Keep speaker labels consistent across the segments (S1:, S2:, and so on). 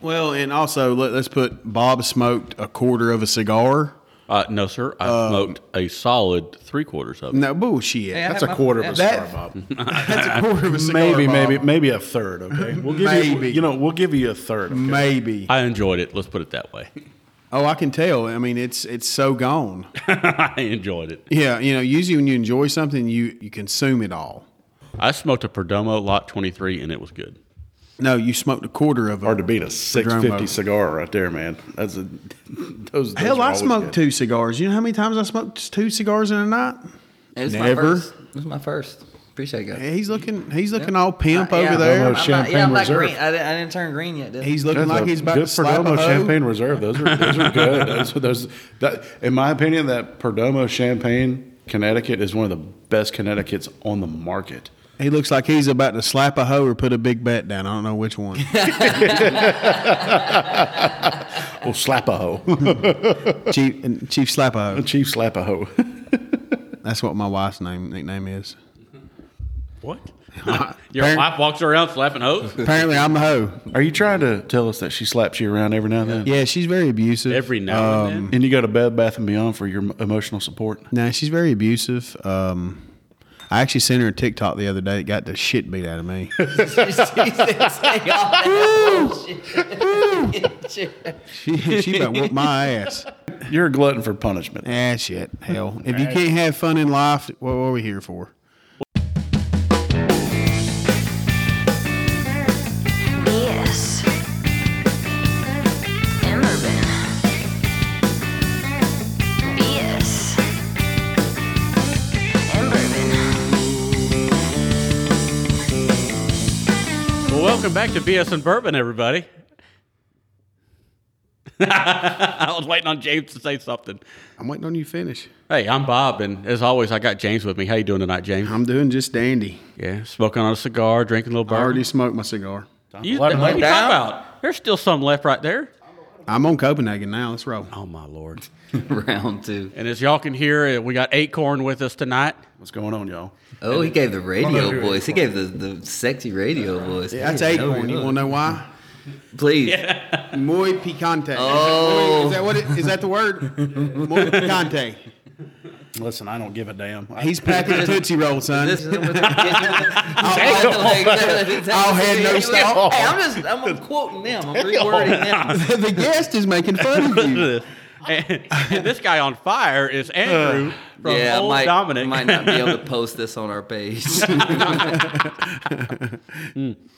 S1: Well, and also let, let's put Bob smoked a quarter of a cigar.
S2: Uh, no, sir. I smoked a solid three quarters of it.
S1: No bullshit.
S3: Yeah,
S1: That's,
S3: That's
S4: That's
S3: a
S4: a
S3: my-
S4: quarter of
S3: yeah.
S4: a
S1: That-
S4: cigar, Bob.
S1: that's a quarter of a cigar.
S4: Maybe,
S1: Bob.
S4: maybe, maybe a third. Okay, we'll give
S1: Maybe.
S4: you. You know, we'll give you a third. Okay?
S1: maybe.
S2: I enjoyed it. Let's put it that way.
S1: Oh, I can tell. I mean, it's it's so gone.
S2: I enjoyed it.
S1: Yeah, you know, usually when you enjoy something, you you consume it all.
S2: I smoked a Perdomo Lot 23, and it was good.
S1: No, you smoked a quarter of
S4: Hard
S1: it.
S4: to beat a six fifty
S1: Padromo.
S4: cigar right there, man. That's a those.
S1: Hell, I smoked
S4: too.
S1: two cigars. You know how many times I smoked two cigars in a night?
S3: It was my
S1: Never.
S3: first. It was my first. Appreciate you.
S1: Hey, He's looking. He's looking all pimp
S3: Uh, yeah,
S1: over
S3: I'm-
S1: there.
S4: No
S3: I'm, not, yeah,
S4: Champagne
S3: I'm not
S4: Reserve.
S3: green. I didn't, I didn't turn green yet, did I?
S1: He's looking
S4: That's
S1: like
S4: a
S1: he's about
S4: good
S1: to slap
S4: Perdomo
S1: a hoe.
S4: Champagne Reserve. Those are those are good. Those, those that, in my opinion, that Perdomo Champagne Connecticut is one of the best Connecticut's on the market.
S1: He looks like he's about to slap a hoe or put a big bet down. I don't know which one.
S4: Oh, slap a hoe,
S1: Chief and Chief Slap a hoe.
S4: Chief slap a hoe.
S1: That's what my wife's name nickname is.
S2: What? Your wife walks around slapping hoes?
S1: Apparently, I'm a hoe.
S4: Are you trying to tell us that she slaps you around every now and then?
S1: Yeah, she's very abusive.
S2: Every
S1: Um,
S2: now and then.
S4: And you go to Bed Bath and Beyond for your em- emotional support.
S1: No, she's very abusive. Um, I actually sent her a TikTok the other day. It got the shit beat out of me. she she about whooped my ass.
S4: You're a glutton for punishment.
S1: Ah, shit, hell. If you can't have fun in life, what are we here for?
S5: Yes. Emmerman. Yes. Emberman.
S2: Well, welcome back to BS and Bourbon, everybody. I was waiting on James to say something.
S1: I'm waiting on you to finish.
S2: Hey, I'm Bob, and as always, I got James with me. How you doing tonight, James?
S1: I'm doing just dandy.
S2: Yeah, smoking on a cigar, drinking a little
S1: I already
S2: bourbon.
S1: smoked my cigar.
S2: You, what
S4: Let
S2: are
S4: him
S2: you talking
S3: down.
S2: about? There's still some left right there.
S1: I'm on Copenhagen now. Let's roll.
S2: Oh my lord!
S3: Round two.
S2: And as y'all can hear, uh, we got Acorn with us tonight.
S4: What's going on, y'all?
S3: Oh, he gave the radio voice. He gave the, the sexy radio voice.
S1: That's
S3: Hey,
S1: eight
S3: no,
S1: one. You
S3: no.
S1: want to know why?
S3: Please.
S1: Muy picante.
S3: Oh.
S1: Is that what? It, is that the word? Muy picante.
S4: Listen, I don't give a damn. I-
S1: He's packing tootsie roll, son.
S3: This is what we're getting-
S1: I'll hand those
S3: Hey,
S1: off.
S3: I'm just I'm quoting them. I'm rewording them.
S1: the guest is making fun of
S3: uh,
S1: you.
S2: and, and this guy on fire is Andrew from
S3: Uh, yeah,
S2: Old
S3: might,
S2: Dominic.
S3: might not be able to post this on our page.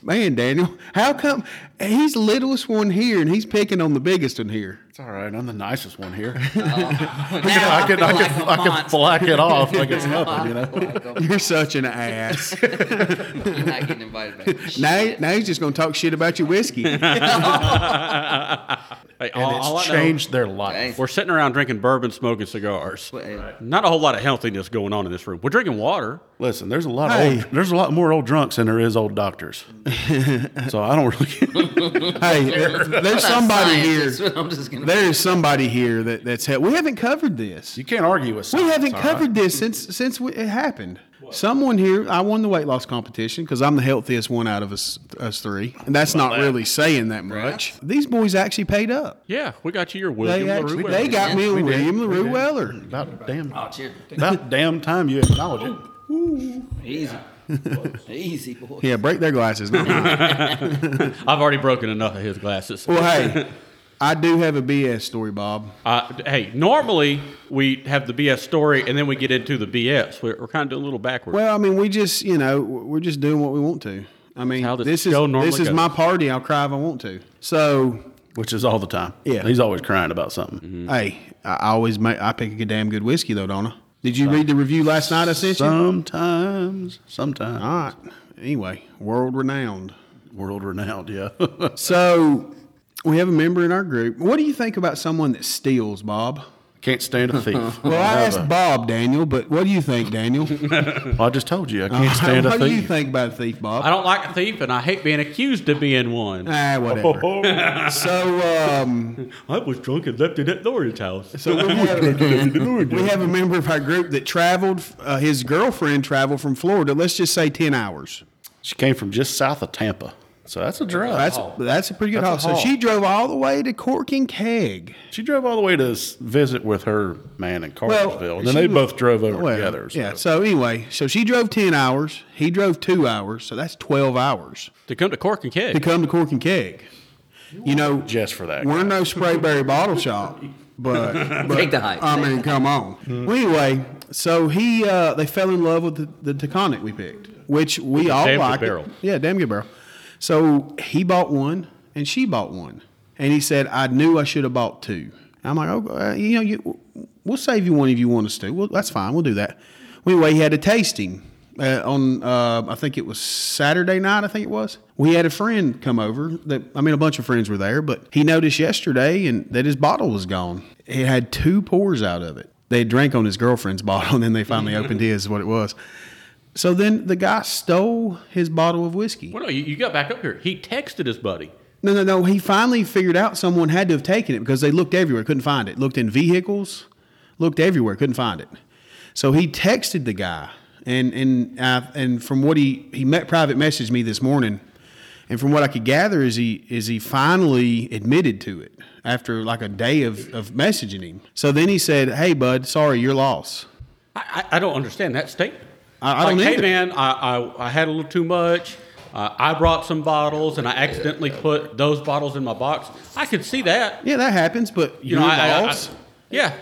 S1: Man, Daniel, how come he's the littlest one here and he's picking on the biggest one here?
S4: It's all right. I'm the nicest one here. I can, I can, I can flack it off like it's nothing, you know.
S1: You're such an ass.
S3: You're not getting invited back.
S1: now, now he's just gonna talk shit about your whiskey.
S2: Hey, all-
S4: And
S2: all I
S4: it's
S2: know-
S4: changed their life.
S3: Thanks.
S2: We're sitting around drinking bourbon, smoking cigars.
S3: Wait,
S2: Not a whole lot of healthiness going on in this room. We're drinking water.
S4: Listen, there's a lot. Of
S1: Hey.
S4: old, there's a lot more old drunks than there is old doctors. so I don't really.
S1: hey, there- there's
S3: I'm
S1: somebody here.
S3: scientist, I'm just gonna.
S1: There is somebody here that that's hel- we haven't covered this.
S4: you can't argue with.
S1: We
S4: science,
S1: haven't
S4: all right?
S1: covered this since since we, it happened. Someone here, I won the weight loss competition because I'm the healthiest one out of us us three, and that's not really saying that much. These boys actually paid up.
S2: Yeah, we got you your William
S1: They,
S2: LaRue
S1: actually,
S2: Weber.
S1: they got me a
S4: We did.
S1: William
S4: We
S1: LaRue
S4: did.
S1: Weller.
S4: About damn.
S3: Oh, cheers.
S4: About damn time you acknowledge it.
S3: Easy. Easy, boy.
S1: Yeah, break their glasses. Not mine.
S2: I've already broken enough of his glasses.
S1: Well, hey, I do have a BS story, Bob.
S2: Uh, hey, normally we have the BS story and then we get into the BS. We're, we're kind of doing a little backwards.
S1: Well, I mean, we just, you know, we're just doing what we want to. I mean,
S2: how this
S1: this is
S2: show normally
S1: this is
S2: goes.
S1: my party. I'll cry if I want to. So,
S4: Which is all the time.
S1: Yeah. Mm-hmm.
S4: He's always crying about something.
S1: hey, I I always make I pick a good damn good whiskey though, don't I? Did you read the review last night I sent you?
S4: Sometimes, sometimes.
S1: All right. Anyway, world renowned.
S4: World renowned, yeah.
S1: So, we have a member in our group. What do you think about someone that steals, Bob?
S4: Can't stand a thief.
S1: Well, I
S4: have
S1: asked Bob, Daniel, but what do you think, Daniel?
S4: a- I just told you I can't stand
S1: Uh,
S4: a
S1: what do you
S4: thief.
S1: think about a thief, Bob?
S2: I don't like a thief and I hate being accused of being one.
S1: Ah, whatever. so, um,
S2: I was drunk and left it at Laura's house.
S1: So we have, we have a member of our group that traveled. Uh, his girlfriend traveled from Florida. Let's just say ten hours.
S4: She came from just south of Tampa. So that's a drive.
S1: That's
S3: Oh,
S1: that's a pretty good haul.
S4: That's a
S1: So
S4: haul.
S1: she drove all the way to Cork and Keg.
S4: she drove all the way to s- visit with her man in Cartersville. and then
S1: she
S4: they
S1: was-
S4: both drove over
S1: well,
S4: together. So.
S1: Yeah. So anyway, so she drove ten hours. He drove two hours. So that's twelve hours
S2: To come to Cork and
S1: to
S2: Keg.
S1: come to Cork and Keg. You know,
S4: Just for that.
S1: we're no sprayberry bottle shop, but, but
S3: Take the hype.
S1: I mean, come on.
S4: Mm-hmm.
S1: Well, anyway, so he uh, they fell in love with the, the Taconic we picked, which we all
S2: damn good
S1: like.
S2: barrel.
S1: Yeah, damn good barrel. So he bought one and she bought one, and he said, "I knew I should have bought two. I'm like, "Oh, uh, you know, you, we'll save you one if you want us to. Well, that's fine. We'll do that." Well, Anyway, he had a tasting uh, on. Uh, I think it was Saturday night. I think it was. We had a friend come over. That I mean, a bunch of friends were there, but he noticed yesterday and that his bottle was gone. It had two pours out of it. They drank on his girlfriend's bottle, and then they finally opened his. Is what it was. So then the guy stole his bottle of whiskey.
S2: Well, no, you, you got back up here. He texted his buddy.
S1: No, no, no. He finally figured out someone had to have taken it because they looked everywhere, couldn't find it. Looked in vehicles, looked everywhere, couldn't find it. So he texted the guy, and and I, and from what he he met private messaged me this morning, and from what I could gather is he is he finally admitted to it after like a day of of messaging him. So then he said, "Hey, bud, sorry, your loss."
S2: I, I, I don't understand that statement.
S1: I- I don't
S2: like,
S1: either.
S2: Hey, man, I, I, I had a little too much. Uh, I brought some bottles, and I accidentally put those bottles in my box. I could see that.
S1: Yeah, that happens, but
S2: You
S1: your
S2: know, I, I- I-
S1: loss.
S2: yeah.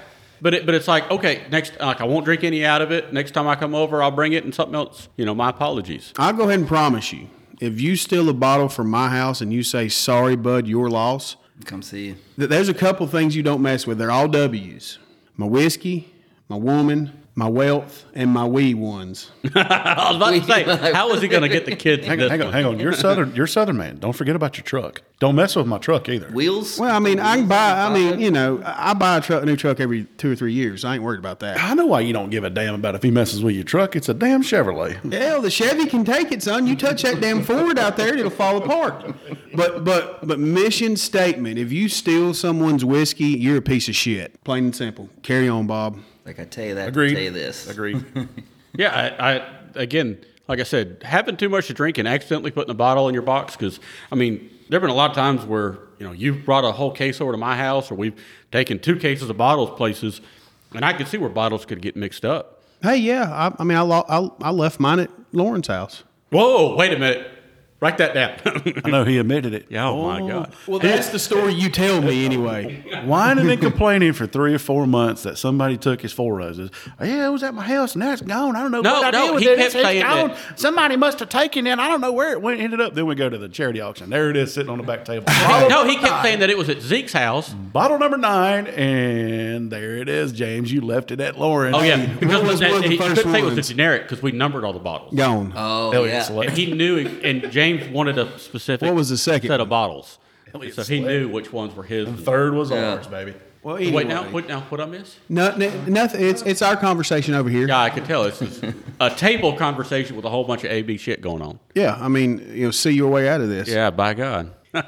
S2: But it, but it's like okay, next like I won't drink any out of it. Next time I come over, I'll bring it and something else. You know, my apologies.
S1: I'll go ahead and promise you, if you steal a bottle from my house and you say, sorry, bud, your loss,
S3: Come see you.
S1: th- there's a couple things you don't mess with. They're all W's my whiskey, my woman, my wealth, and my wee ones.
S2: I was about to say, how is he going to get the kids?
S4: Hang
S2: this
S4: on, hang on, hang on. You're southern. You're southern man. Don't forget about your truck. Don't mess with my truck either.
S3: Wheels?
S1: Well, I mean, I can buy, I mean, you know, I I buy a truck, a new truck every two or three years. I ain't worried about that.
S4: I know why you don't give a damn about if he messes with your truck. It's a damn Chevrolet.
S1: Hell, the Chevy can take it, son. You touch that damn Ford out there, and it'll fall apart. But but but mission statement: If you steal someone's whiskey, you're a piece of shit. Plain and simple. Carry on, Bob.
S3: Like I tell you that.
S4: Agreed.
S3: Tell you this.
S4: Agreed.
S2: Yeah, I, I again, like I said, having too much to drink and accidentally putting a bottle in your box because I mean, there've been a lot of times where you know you've brought a whole case over to my house, or we've taken two cases of bottles places, and I could see where bottles could get mixed up.
S1: Hey, yeah. I, I mean, I, lo- I I left mine at Lauren's house.
S2: Whoa, wait a minute, write that down.
S4: I know he admitted it.
S2: yeah, oh, my god.
S1: Well, that's the story you tell me anyway.
S4: Whining and complaining for three or four months that somebody took his four roses. Yeah, it was at my house and now it's gone. I don't know
S2: No,
S4: what I
S2: no,
S4: did with
S2: he
S4: it.
S2: kept
S4: It's- it's
S2: saying
S4: gone.
S2: that.
S4: Somebody must have taken it. I don't know where it went. Ended up. Then we go to the charity auction. There it is, sitting on the back table.
S1: Oh,
S4: Bottle,
S2: No, he kept saying that it was at Zeke's house.
S4: bottle number nine, and there it is, James. You left it at Lauren's.
S2: Oh yeah, because
S1: was
S2: that-
S1: one of the
S2: he
S1: first
S2: couldn't say it was a
S1: ones?
S2: generic because we numbered all the bottles.
S1: Gone.
S3: Oh,
S4: Elliot
S3: yeah.
S4: Slade.
S2: And he knew, and James wanted a specific.
S1: What was the second
S2: set of bottles?
S4: Elliot
S2: So he
S4: Slade.
S2: knew which ones were his. and
S4: Third was
S3: Yeah.
S4: ours, baby.
S1: well,
S2: Wait now, what now? What I miss?
S1: No, no- nothing. It's it's our conversation over here.
S2: Yeah, I can tell. It's just a table conversation with a whole bunch of AB shit going on.
S1: Yeah, I mean, you know, see your way out of this.
S2: Yeah, by God. All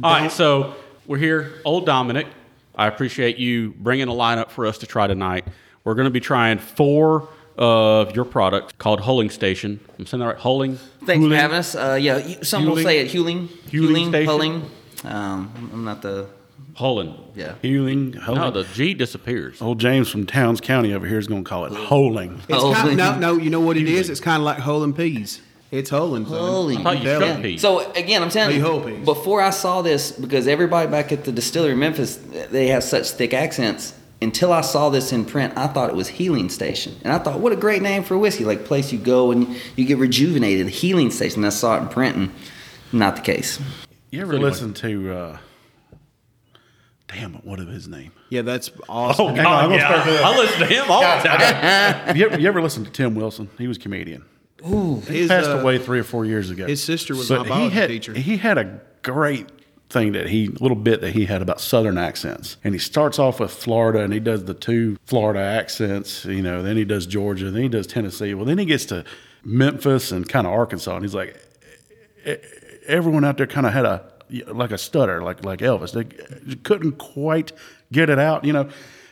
S2: right, so we're here, old Dominic. I appreciate you bringing a lineup for us to try tonight. We're going to be trying four of your products called Holing Station. I'm saying that right, Holing.
S3: Thanks for having us. Uh, yeah, you- some will
S2: Hewling-
S3: say it Hewling.
S2: Hewling Station.
S3: Hulling. Um, I'm not the.
S2: Holing.
S3: Yeah.
S4: Healing,
S2: No,
S4: holing.
S2: Oh, the G disappears.
S4: Old James from Towns County over here is going to call it holing.
S1: It's
S3: Oh.
S1: kind no, no. You know what it is? It's kind of like holing peas. It's holing. son.
S3: Holing.
S2: I thought you
S1: Yeah.
S2: struck Pete.
S3: So again, I'm telling
S1: Hey,
S3: you,
S1: ho, peeps.
S3: before I saw this, because everybody back at the distillery in Memphis, they have such thick accents. Until I saw this in print, I thought it was Healing Station, and I thought, what a great name for whiskey, like place you go and you get rejuvenated. Healing Station. I saw it in print, and not the case.
S4: You ever listen to, uh, damn it, what is his name?
S1: Yeah, that's awesome.
S2: Oh,
S4: Hang on, I'm gonna start with
S2: I listen to him all the time.
S4: that. you, ever, you ever listen to Tim Wilson? He was a comedian.
S1: His,
S4: Passed
S1: uh,
S4: away three or four years ago.
S1: his sister was my
S4: he
S1: biology
S4: had,
S1: teacher.
S4: He had a great thing that he little bit that he had about southern accents and he starts off with florida and he does the two florida accents you know then he does georgia then he does tennessee well then he gets to memphis and kind of arkansas and he's like "E- everyone out there kind of had a like a stutter like like elvis they couldn't quite get it out you know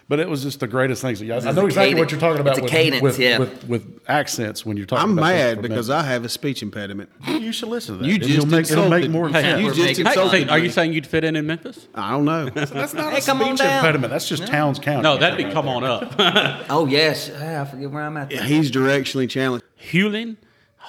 S4: But it was just the greatest thing. So yeah, I- I
S3: is
S4: know
S3: a
S4: exactly what
S3: cadence.
S4: you're talking about
S3: It's a
S4: with,
S3: cadence,
S4: with,
S3: yeah.
S4: with, with accents when you're talking.
S1: I'm
S4: about those
S1: mad
S4: for
S1: because I have a speech impediment.
S4: men. you should listen to that.
S1: You
S4: It'll
S1: just
S4: make, it'll make
S1: insulted
S4: more
S1: me. Hey,
S4: sense.
S1: you
S3: we're
S1: just
S3: making-
S2: Hey,
S1: insulted
S2: say, are you
S1: me.
S2: saying you'd fit in in Memphis?
S1: I don't know.
S4: That's not
S3: Hey,
S4: a
S3: come on
S4: speech
S3: down.
S4: impediment. That's just Towns County.
S2: No, that'd be come on up.
S3: Oh yes, ah, I forget where I'm at. There.
S1: He's directionally challenged.
S2: Hewlin,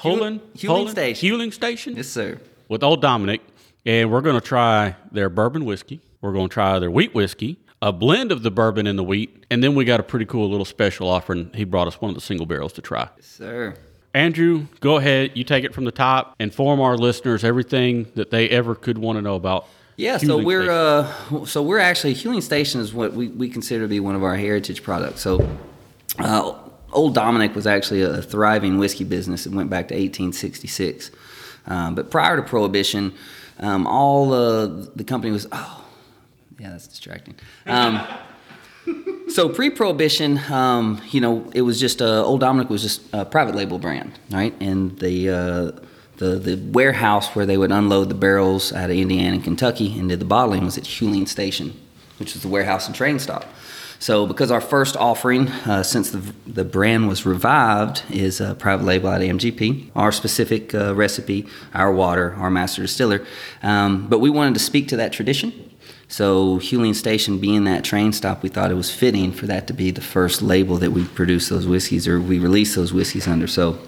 S2: Holin,
S3: Hewlin
S2: Holin-
S3: Station.
S2: Hewlin Station
S3: Yes, sir.
S2: with old Dominic, and we're going to try their bourbon whiskey. We're going to try their wheat whiskey, a blend of the bourbon and the wheat, and then we got a pretty cool little special offering. He brought us one of the single barrels to try.
S3: Yes, sir.
S2: Andrew, go ahead. You take it from the top. Inform our listeners everything that they ever could want to know about.
S3: Yeah, so
S2: Hewlin
S3: we're
S2: Station.
S3: uh, so we're actually Healing Station is what we, we consider to be one of our heritage products. So, uh, Old Dominic was actually a thriving whiskey business. It went back to 1866, um, but prior to Prohibition, um, all uh, the company was oh yeah that's distracting. Um, so pre-prohibition, um, you know, it was just uh, Old Dominic was just a private label brand, right? And the uh, the the warehouse where they would unload the barrels out of Indiana and Kentucky and did the bottling was at Hewlin Station, which is the warehouse and train stop. So because our first offering uh, since the the brand was revived is a private label out of MGP, our specific uh, recipe, our water, our master distiller, um, but we wanted to speak to that tradition. So Hewlin Station being that train stop, we thought it was fitting for that to be the first label that we produce those whiskeys or we release those whiskeys under. So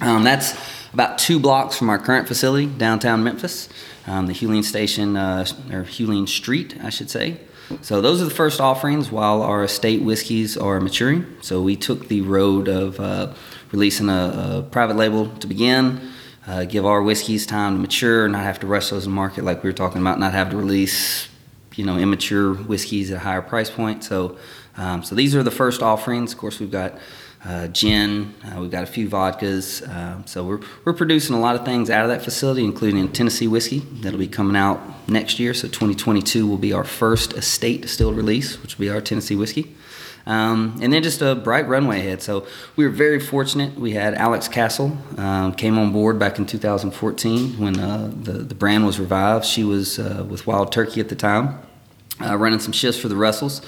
S3: um, that's about two blocks from our current facility, downtown Memphis, um, the Hewlin Station uh, or Hewlin Street, I should say. So those are the first offerings while our estate whiskeys are maturing. So we took the road of uh, releasing a, a private label to begin uh, give our whiskeys time to mature, not have to rush those to market like we were talking about, not have to release, you know, immature whiskeys at a higher price point. So, um, so these are the first offerings. Of course, we've got uh, gin, uh, we've got a few vodkas. Um, so we're we're producing a lot of things out of that facility, including Tennessee whiskey that'll be coming out next year. So 2022 will be our first estate distilled release, which will be our Tennessee whiskey. Um, and then just a bright runway ahead. So we were very fortunate. We had Alex Castle um, came on board back in 2014 when uh, the the brand was revived. She was uh, with Wild Turkey at the time, uh, running some shifts for the Russells,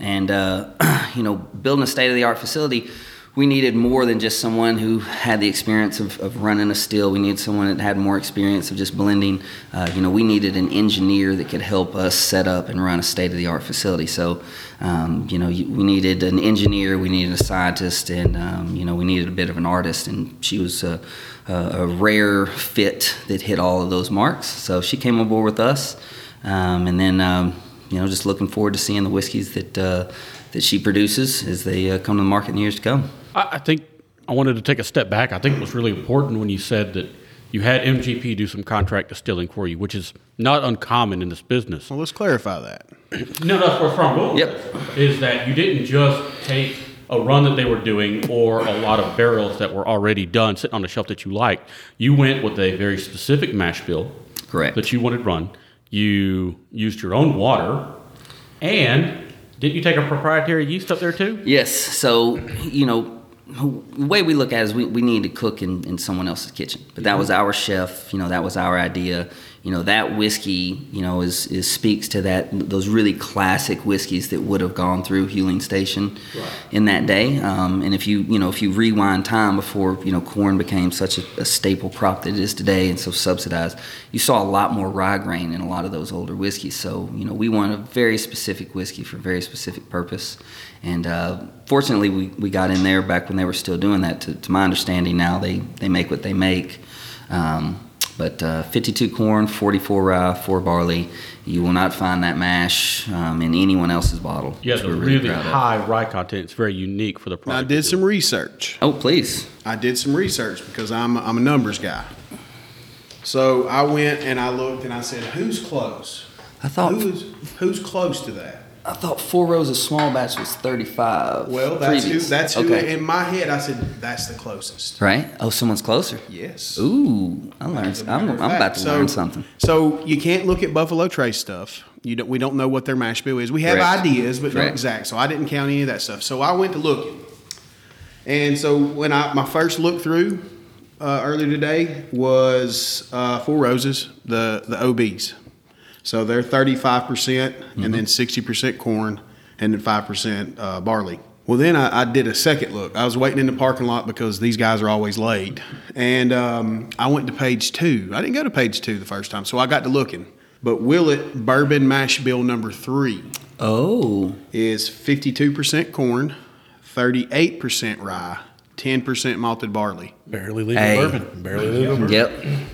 S3: and uh, you know building a state of the art facility. We needed more than just someone who had the experience of, of running a still. We needed someone that had more experience of just blending. Uh, you know, we needed an engineer that could help us set up and run a state of the art facility. So, um, you know, you- we needed an engineer, we needed a scientist, and um, you know, we needed a bit of an artist. And she was a, a, a rare fit that hit all of those marks. So she came on board with us, um, and then um, you know, just looking forward to seeing the whiskeys that uh, that she produces as they uh, come to the market in years to come.
S2: I, I think I wanted to take a step back. I think it was really important when you said that you had MGP do some contract distilling for you, which is not uncommon in this business.
S1: Well, let's clarify that.
S2: No, that's where from Rule
S3: Yep.
S2: is that you didn't just take a run that they were doing or a lot of barrels that were already done sitting on the shelf that you liked. You went with a very specific mash bill
S3: Correct.
S2: that you wanted run. You used your own water, and didn't you take a proprietary yeast up there too?
S3: Yes. So, you know, the way we look at it is we, we need to cook in, in someone else's kitchen. But that was our chef, you know, that was our idea. You know, that whiskey, you know, is, is speaks to that those really classic whiskeys that would have gone through Hewlin Station in that day. Um, and if you, you know, if you rewind time before, you know, corn became such a, a staple prop that it is today and so subsidized, you saw a lot more rye grain in a lot of those older whiskeys. So, you know, we want a very specific whiskey for a very specific purpose. And uh, fortunately, we, we got in there back when they were still doing that. To, to my understanding, now they, they make what they make. Um, but uh, 52 corn, 44 rye, 4 barley. You will not find that mash um, in anyone else's bottle.
S2: Yeah,
S3: which
S2: the
S3: we're
S2: really
S3: proud of.
S2: high rye content. It's very unique for the product.
S1: I did some research.
S3: Oh, please.
S1: I did some research because I'm I'm a numbers guy. So I went and I looked and I said, "Who's close?
S3: I thought
S1: Who's who's close to that?"
S3: I thought four rows of small batch was 35.
S1: Well, that's
S3: previous.
S1: who. That's who.
S3: okay.
S1: In my head, I said, "That's the closest."
S3: Right? Oh, someone's closer.
S1: Yes.
S3: Ooh, I learned. I'm, I'm about to
S1: So-
S3: learn something.
S1: So you can't look at Buffalo Trace stuff. You don't, we don't know what their mash bill is. We have
S3: Correct.
S1: ideas, but not
S3: Correct.
S1: exact. So I didn't count any of that stuff. So I went to looking, and so when I my first look through uh, earlier today was uh, Four Roses, the the OBs. So they're thirty five percent, and then sixty percent corn, and then five percent uh, barley. Well, then I, I did a second look. I was waiting in the parking lot because these guys are always late, and um, I went to page two. I didn't go to page two the first time, so I got to looking. But Willet Bourbon Mash Bill number three
S3: Oh,
S1: is 52% corn, 38% rye, 10% malted barley.
S4: Barely legal
S3: Hey.
S4: bourbon. Barely legal bourbon.
S3: yep.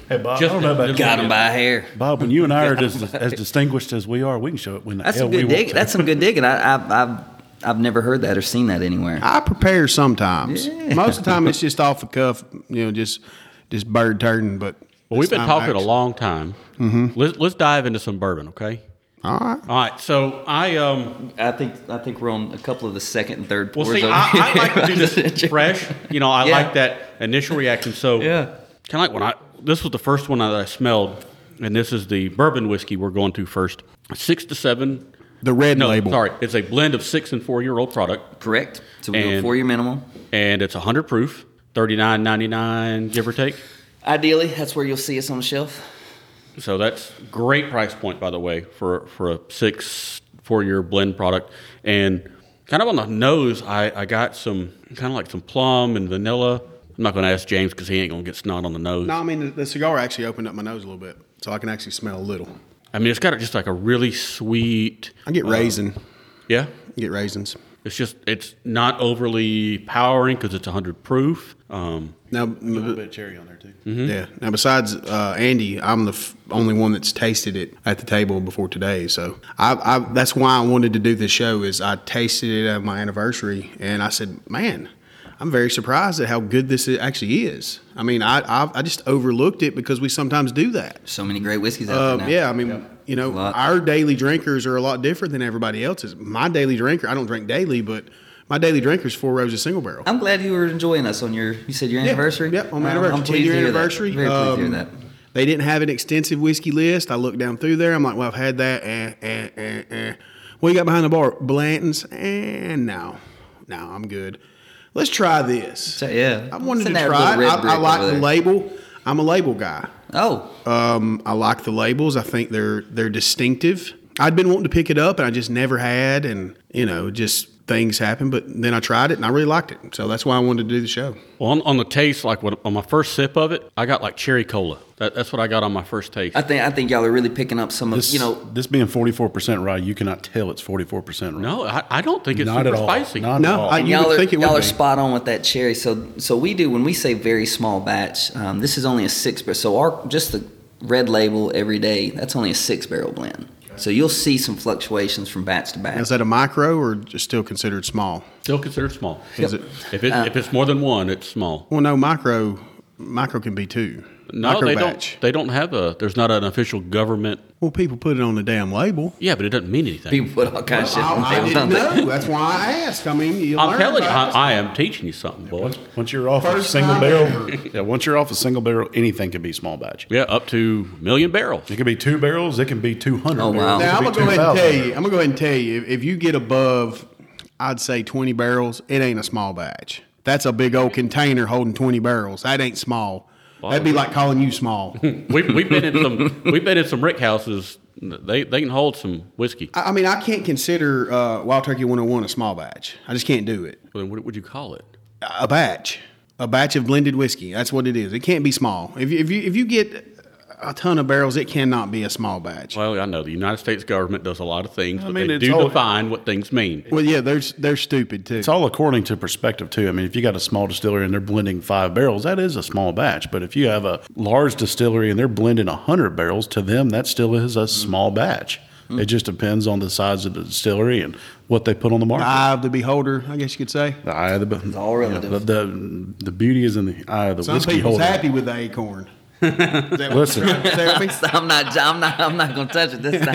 S4: Hey, Bob,
S2: Just
S4: I don't know about
S3: Got him by a hair.
S4: Bob, when you and I are just as distinguished as we are, we can show it when the
S3: That's
S4: hell
S3: some
S4: we
S3: good
S4: want
S3: digging.
S4: to.
S3: That's some good digging. I, I've, I've, I've never heard that or seen that anywhere.
S1: I prepare sometimes.
S3: Yeah.
S1: Most of the time it's just off the cuff, you know, just just bird turding. But
S2: Well, we've
S1: this
S2: been
S1: time I
S2: talking a
S1: actually-
S2: long time. Let's let's dive into some bourbon, okay?
S1: All right.
S2: All right. So I um
S3: I think I think we're on a couple of the second and third
S2: well
S3: pours
S2: see
S3: over
S2: I, I
S3: here.
S2: like to do this fresh. You know, I
S3: Yeah.
S2: like that initial reaction. So
S3: Yeah.
S2: kind of like when I this was the first one that I smelled, and this is the bourbon whiskey we're going to first. Six to seven.
S1: The red
S2: No,
S1: label.
S2: sorry, it's a blend of six and four year old product.
S3: Correct. So we go
S2: And-
S3: four year minimum.
S2: and it's 100 proof, 39.99 give or take.
S3: Ideally, that's where you'll see us on the shelf.
S2: So that's great price point by the way for for a 6 4 year blend product and kind of on the nose I I got some kind of like some plum and vanilla. I'm not going to ask James cuz he ain't going to get snot on the nose.
S1: No, I mean, the, the cigar actually opened up my nose a little bit, so I can actually smell a little.
S2: I mean it's got just like a really sweet um,
S1: I get raisin.
S2: yeah.
S1: Get raisins.
S2: It's just it's not overly powering cuz it's 100 proof. Um
S1: Now, Mm-hmm.
S4: A little bit of cherry on there too.
S1: yeah. Now, besides uh, Andy, I'm the f- only one that's tasted it at the table before today. So I, I, that's why I wanted to do this show is I tasted it at my anniversary, and I said, man. I'm very surprised at how good this i- actually is. I mean, I, I I just overlooked it because we sometimes do that.
S3: So many great whiskeys out
S1: Um,
S3: there now.
S1: yeah, I mean, you know,
S3: Lot.
S1: our daily drinkers are a lot different than everybody else's. My daily drinker, I don't drink daily, but my daily drinker's Four Roses Single Barrel.
S3: I'm glad you were enjoying us on your. You said your
S1: Yeah,
S3: anniversary.
S1: Yep, on my
S3: I'm- I'm
S1: anniversary. Ten
S3: pleased
S1: year
S3: to hear that.
S1: anniversary.
S3: Very pleased to hear
S1: Um,
S3: that.
S1: They didn't have an extensive whiskey list. I looked down through there. I'm like, well, I've had that. Eh, eh, eh, eh. What you got behind the bar? Blanton's. And eh, no, no, I'm good. Let's try this.
S3: So, yeah.
S1: I wanted
S3: Send
S1: to
S3: that
S1: try
S3: little
S1: it.
S3: red
S1: I, I
S3: brick
S1: like
S3: over
S1: the
S3: there.
S1: label. I'm a label guy.
S3: Oh,
S1: Um, I like the labels. I think they're they're distinctive. I'd been wanting to pick it up, and I just never had, and you know, just things happen. But then I tried it, and I really liked it. So that's why I wanted to do the show.
S2: Well, on, on the taste, like when, on my first sip of it, I got like cherry cola. That, that's what I got on my first taste.
S3: I think I think y'all are really picking up some of
S4: This,
S3: you know.
S4: this being 44% rye, you cannot tell it's 44% rye.
S2: no, I, I don't think it's
S4: Not
S2: super
S4: at all.
S2: spicy.
S4: Not
S1: No,
S4: at all.
S1: I- You
S3: y'all
S1: would
S3: are,
S1: think it would
S3: y'all are
S1: be.
S3: spot on with that cherry. So so we do when we say very small batch. Um, this is only a six barrel. So our just the red label every day. That's only a six barrel blend. So you'll see some fluctuations from batch to batch.
S1: Is that a micro or just still considered small?
S2: Still considered small.
S1: Is
S3: Yep.
S1: it?
S2: If it, if it's more than one, it's small.
S1: Well, no, micro micro can be two.
S2: No,
S1: micro
S2: they
S1: batch.
S2: don't. They don't have a. There's not an official government.
S1: Well, people put it on the damn label.
S2: Yeah, but it doesn't mean anything.
S3: People put all kinds of shit. on tables, don't they?
S1: That's why I asked. I mean, you
S2: I'm telling you, I, I am teaching you something, boy.
S4: Once you're off a
S1: First
S4: single
S1: time
S4: barrel, yeah, once you're off a single barrel, anything can be small batch.
S2: Yeah, up to a million barrels.
S4: It can be two barrels. It can be 200
S3: Oh, wow.
S4: barrels.
S1: Now, I'm
S4: it
S1: gonna
S4: could
S1: go
S4: be
S1: ahead and tell
S4: 2,000.
S1: you. I'm gonna go ahead and tell you. If, if you get above, I'd say 20 barrels, it ain't a small batch. That's a big old container holding 20 barrels. That ain't small. That'd be like calling you small. I,
S2: We've, we've been in some. We've been in some rick houses. They they can hold some whiskey.
S1: I mean, I can't consider uh, Wild Turkey 101 a small batch. I just can't do it.
S2: Then What would you call it?
S1: a batch, a batch of blended whiskey. That's what it is. It can't be small. If you, if you if you get a ton of barrels, it cannot be a small batch. Well,
S2: Well, I know the United States government does a lot of things, but
S4: mean,
S2: they
S4: it's
S2: do
S4: all-
S2: define what things mean.
S1: yeah, they're they're stupid too.
S4: It's all according to perspective too. I mean, if you got a small distillery and they're blending five barrels, that is a small batch. But if you have a large distillery and they're blending hundred barrels, to them that still is a small batch. It just depends on the size of the distillery and what they put on the market.
S1: Eye of the beholder, I guess you could say.
S4: the eye of the it's
S3: all relative.
S4: the, the the beauty is in the eye of the
S1: Some
S4: whiskey
S1: people's
S4: holder.
S1: happy with the acorn. Is that what
S4: Listen.
S1: therapy?
S3: I'm not. I'm not. I'm not gonna touch it this time.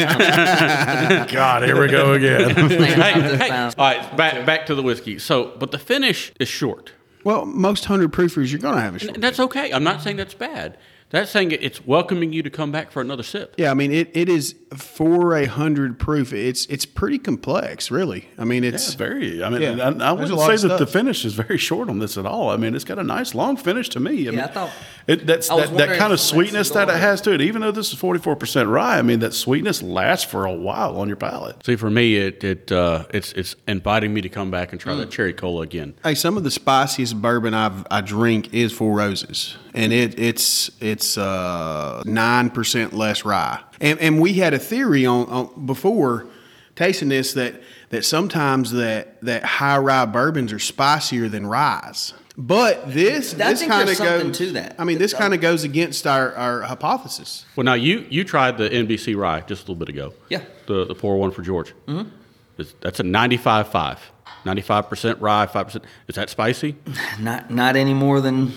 S4: God, here we go again.
S2: hey,
S3: This
S2: hey. All
S3: time.
S2: right, back back to the whiskey. So, but the finish is short.
S1: Well, most hundred proofers, you're gonna have a short.
S2: And that's okay. I'm not saying that's bad. That's saying it- it's welcoming you to come back for another sip.
S1: Yeah, I mean it, it is for a hundred proof. It's it's pretty complex, really. I mean it's
S4: It's very. I mean,
S1: Yeah.
S4: and I, I
S1: There's a
S4: wouldn't
S1: lot
S4: say
S1: of
S4: that the
S1: stuff.
S4: finish is very short on this at all. I mean, it's got a nice long finish to me. I mean,
S3: I thought-
S4: it, that's
S3: I was
S4: that, that
S3: wondering
S4: kind
S3: if
S4: of
S3: that's
S4: sweetness
S3: the
S4: that it
S3: goal.
S4: has to it. Even though this is forty four percent rye, I mean, that sweetness lasts for a while on your palate.
S2: See, for me, it, it uh, it's it's inviting me to come back and try that cherry cola again.
S1: Hey, some of the spiciest bourbon I've, I drink is Four Roses, and it it's it's uh, nine percent less rye. And and we had a theory on, on before tasting this that that sometimes that that high rye bourbons are spicier than ryes. But this
S3: I
S1: this
S3: think
S1: kind of
S3: there's something
S1: goes
S3: to that. uh,
S1: I mean, this kind of goes against our, our hypothesis.
S2: Well, now you you tried the NBC rye just a little bit ago.
S3: Yeah.
S2: The the pour one for George. Mm-hmm. That's a 95.5. 95% rye, 5%. Is that spicy?
S3: Not not any more than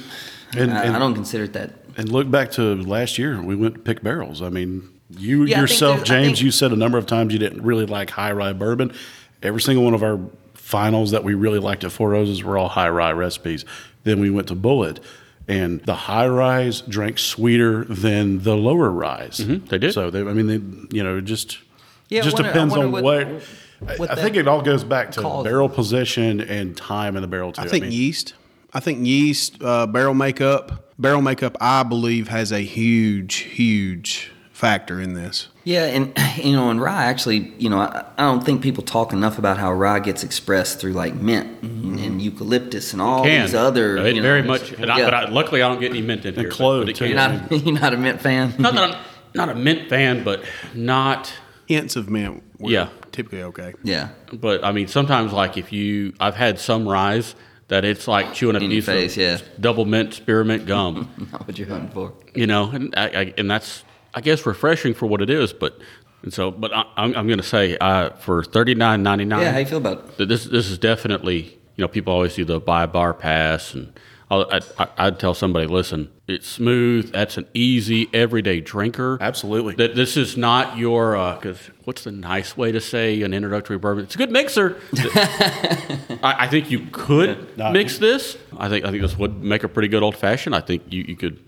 S4: And-
S3: I,
S4: and-
S3: I don't consider it that.
S4: And look back to last year, we went to pick barrels. I mean, you
S3: Yeah, I think
S4: yourself,
S3: there's- I
S4: James,
S3: think-
S4: you said a number of times you didn't really like high rye bourbon. Every single one of our finals that we really liked at Four Roses were all high rye recipes. Then we went to Bullet, and the high ryes drank sweeter than the lower ryes.
S2: Mm-hmm. they did.
S4: So they, I mean, they, you know, it just
S3: Yeah, I
S4: just
S3: wonder- I
S4: depends
S3: wonder
S4: on
S3: what-
S4: what.
S3: what
S4: I, I
S3: that
S4: think it all goes back to
S3: caused-
S4: barrel position and time in the barrel too.
S1: I think
S4: mean,
S1: yeast. I think yeast, uh, barrel makeup, barrel makeup. I believe has a huge, huge factor in this.
S3: Yeah, and you know, and rye actually, you know, I, I don't think people talk enough about how rye gets expressed through like mint and, and eucalyptus and all
S2: Mm-hmm. Can.
S3: these other.
S2: It
S3: you know,
S2: very much. And I,
S3: yeah.
S2: but I, luckily, I don't get any mint in here. but-
S4: clove,
S2: but it
S4: too.
S2: can.
S3: you're not you're not a mint fan.
S2: not that I'm not a mint fan, but not.
S1: hints of mint were
S2: Yeah.
S1: typically okay.
S3: yeah,
S2: But I mean, sometimes like if you, I've had some rise that it's like chewing a
S3: In your
S2: piece
S3: face,
S2: of
S3: yeah.
S2: double mint spearmint gum.
S3: not what you're hunting for.
S2: you know, and I, I, and that's I guess refreshing for what it is. But and so, but I, I'm, I'm going to say uh, for thirty nine ninety nine.
S3: Yeah, how you feel about it?
S2: Th- This this is definitely you know people always do the buy a bar pass and I'll, I, I, I'd tell somebody listen it's smooth that's an easy everyday drinker
S4: Absolutely.
S2: that this is not your because what's the nice way to say an introductory bourbon it's a good mixer I, I think you could
S4: No,
S2: mix
S4: you-
S2: this I think I think this would make a pretty good old fashioned I think you, you could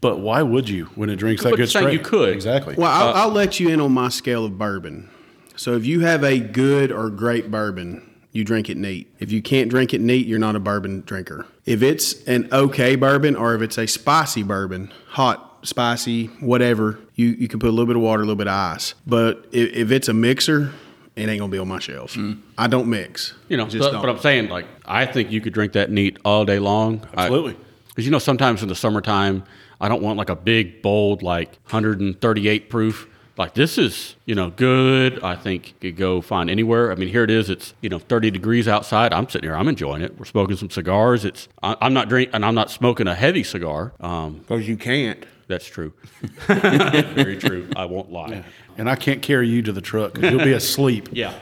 S4: But why would you when it drinks that
S2: But
S4: good
S2: saying
S4: straight?
S2: you could.
S4: exactly.
S1: Well,
S2: Uh,
S1: I'll, I'll let you in on my scale of bourbon. So if you have a good or great bourbon, you drink it neat. If you can't drink it neat, you're not a bourbon drinker. If it's an okay bourbon or if it's a spicy bourbon, hot, spicy, whatever, you, you can put a little bit of water, a little bit of ice. But if, if it's a mixer, it ain't gonna be on my shelf.
S3: Mm.
S1: I don't mix.
S2: You know,
S1: Just
S2: so-
S1: don't.
S2: but I'm saying, like, I think you could drink that neat all day long.
S4: Absolutely.
S2: Because, you know, sometimes in the summertime, I don't want like a big, bold, like 138 proof. Like, this is, you know, good. I think you could go find anywhere. I mean, here it is. It's, you know, 30 degrees outside. I'm sitting here. I'm enjoying it. We're smoking some cigars. It's, I, I'm not drinking, and I'm not smoking a heavy cigar. Um,
S1: because you can't.
S2: that's true. Very true. I won't lie.
S4: and I can't carry you to the truck. 'cause You'll be asleep.
S2: Yeah.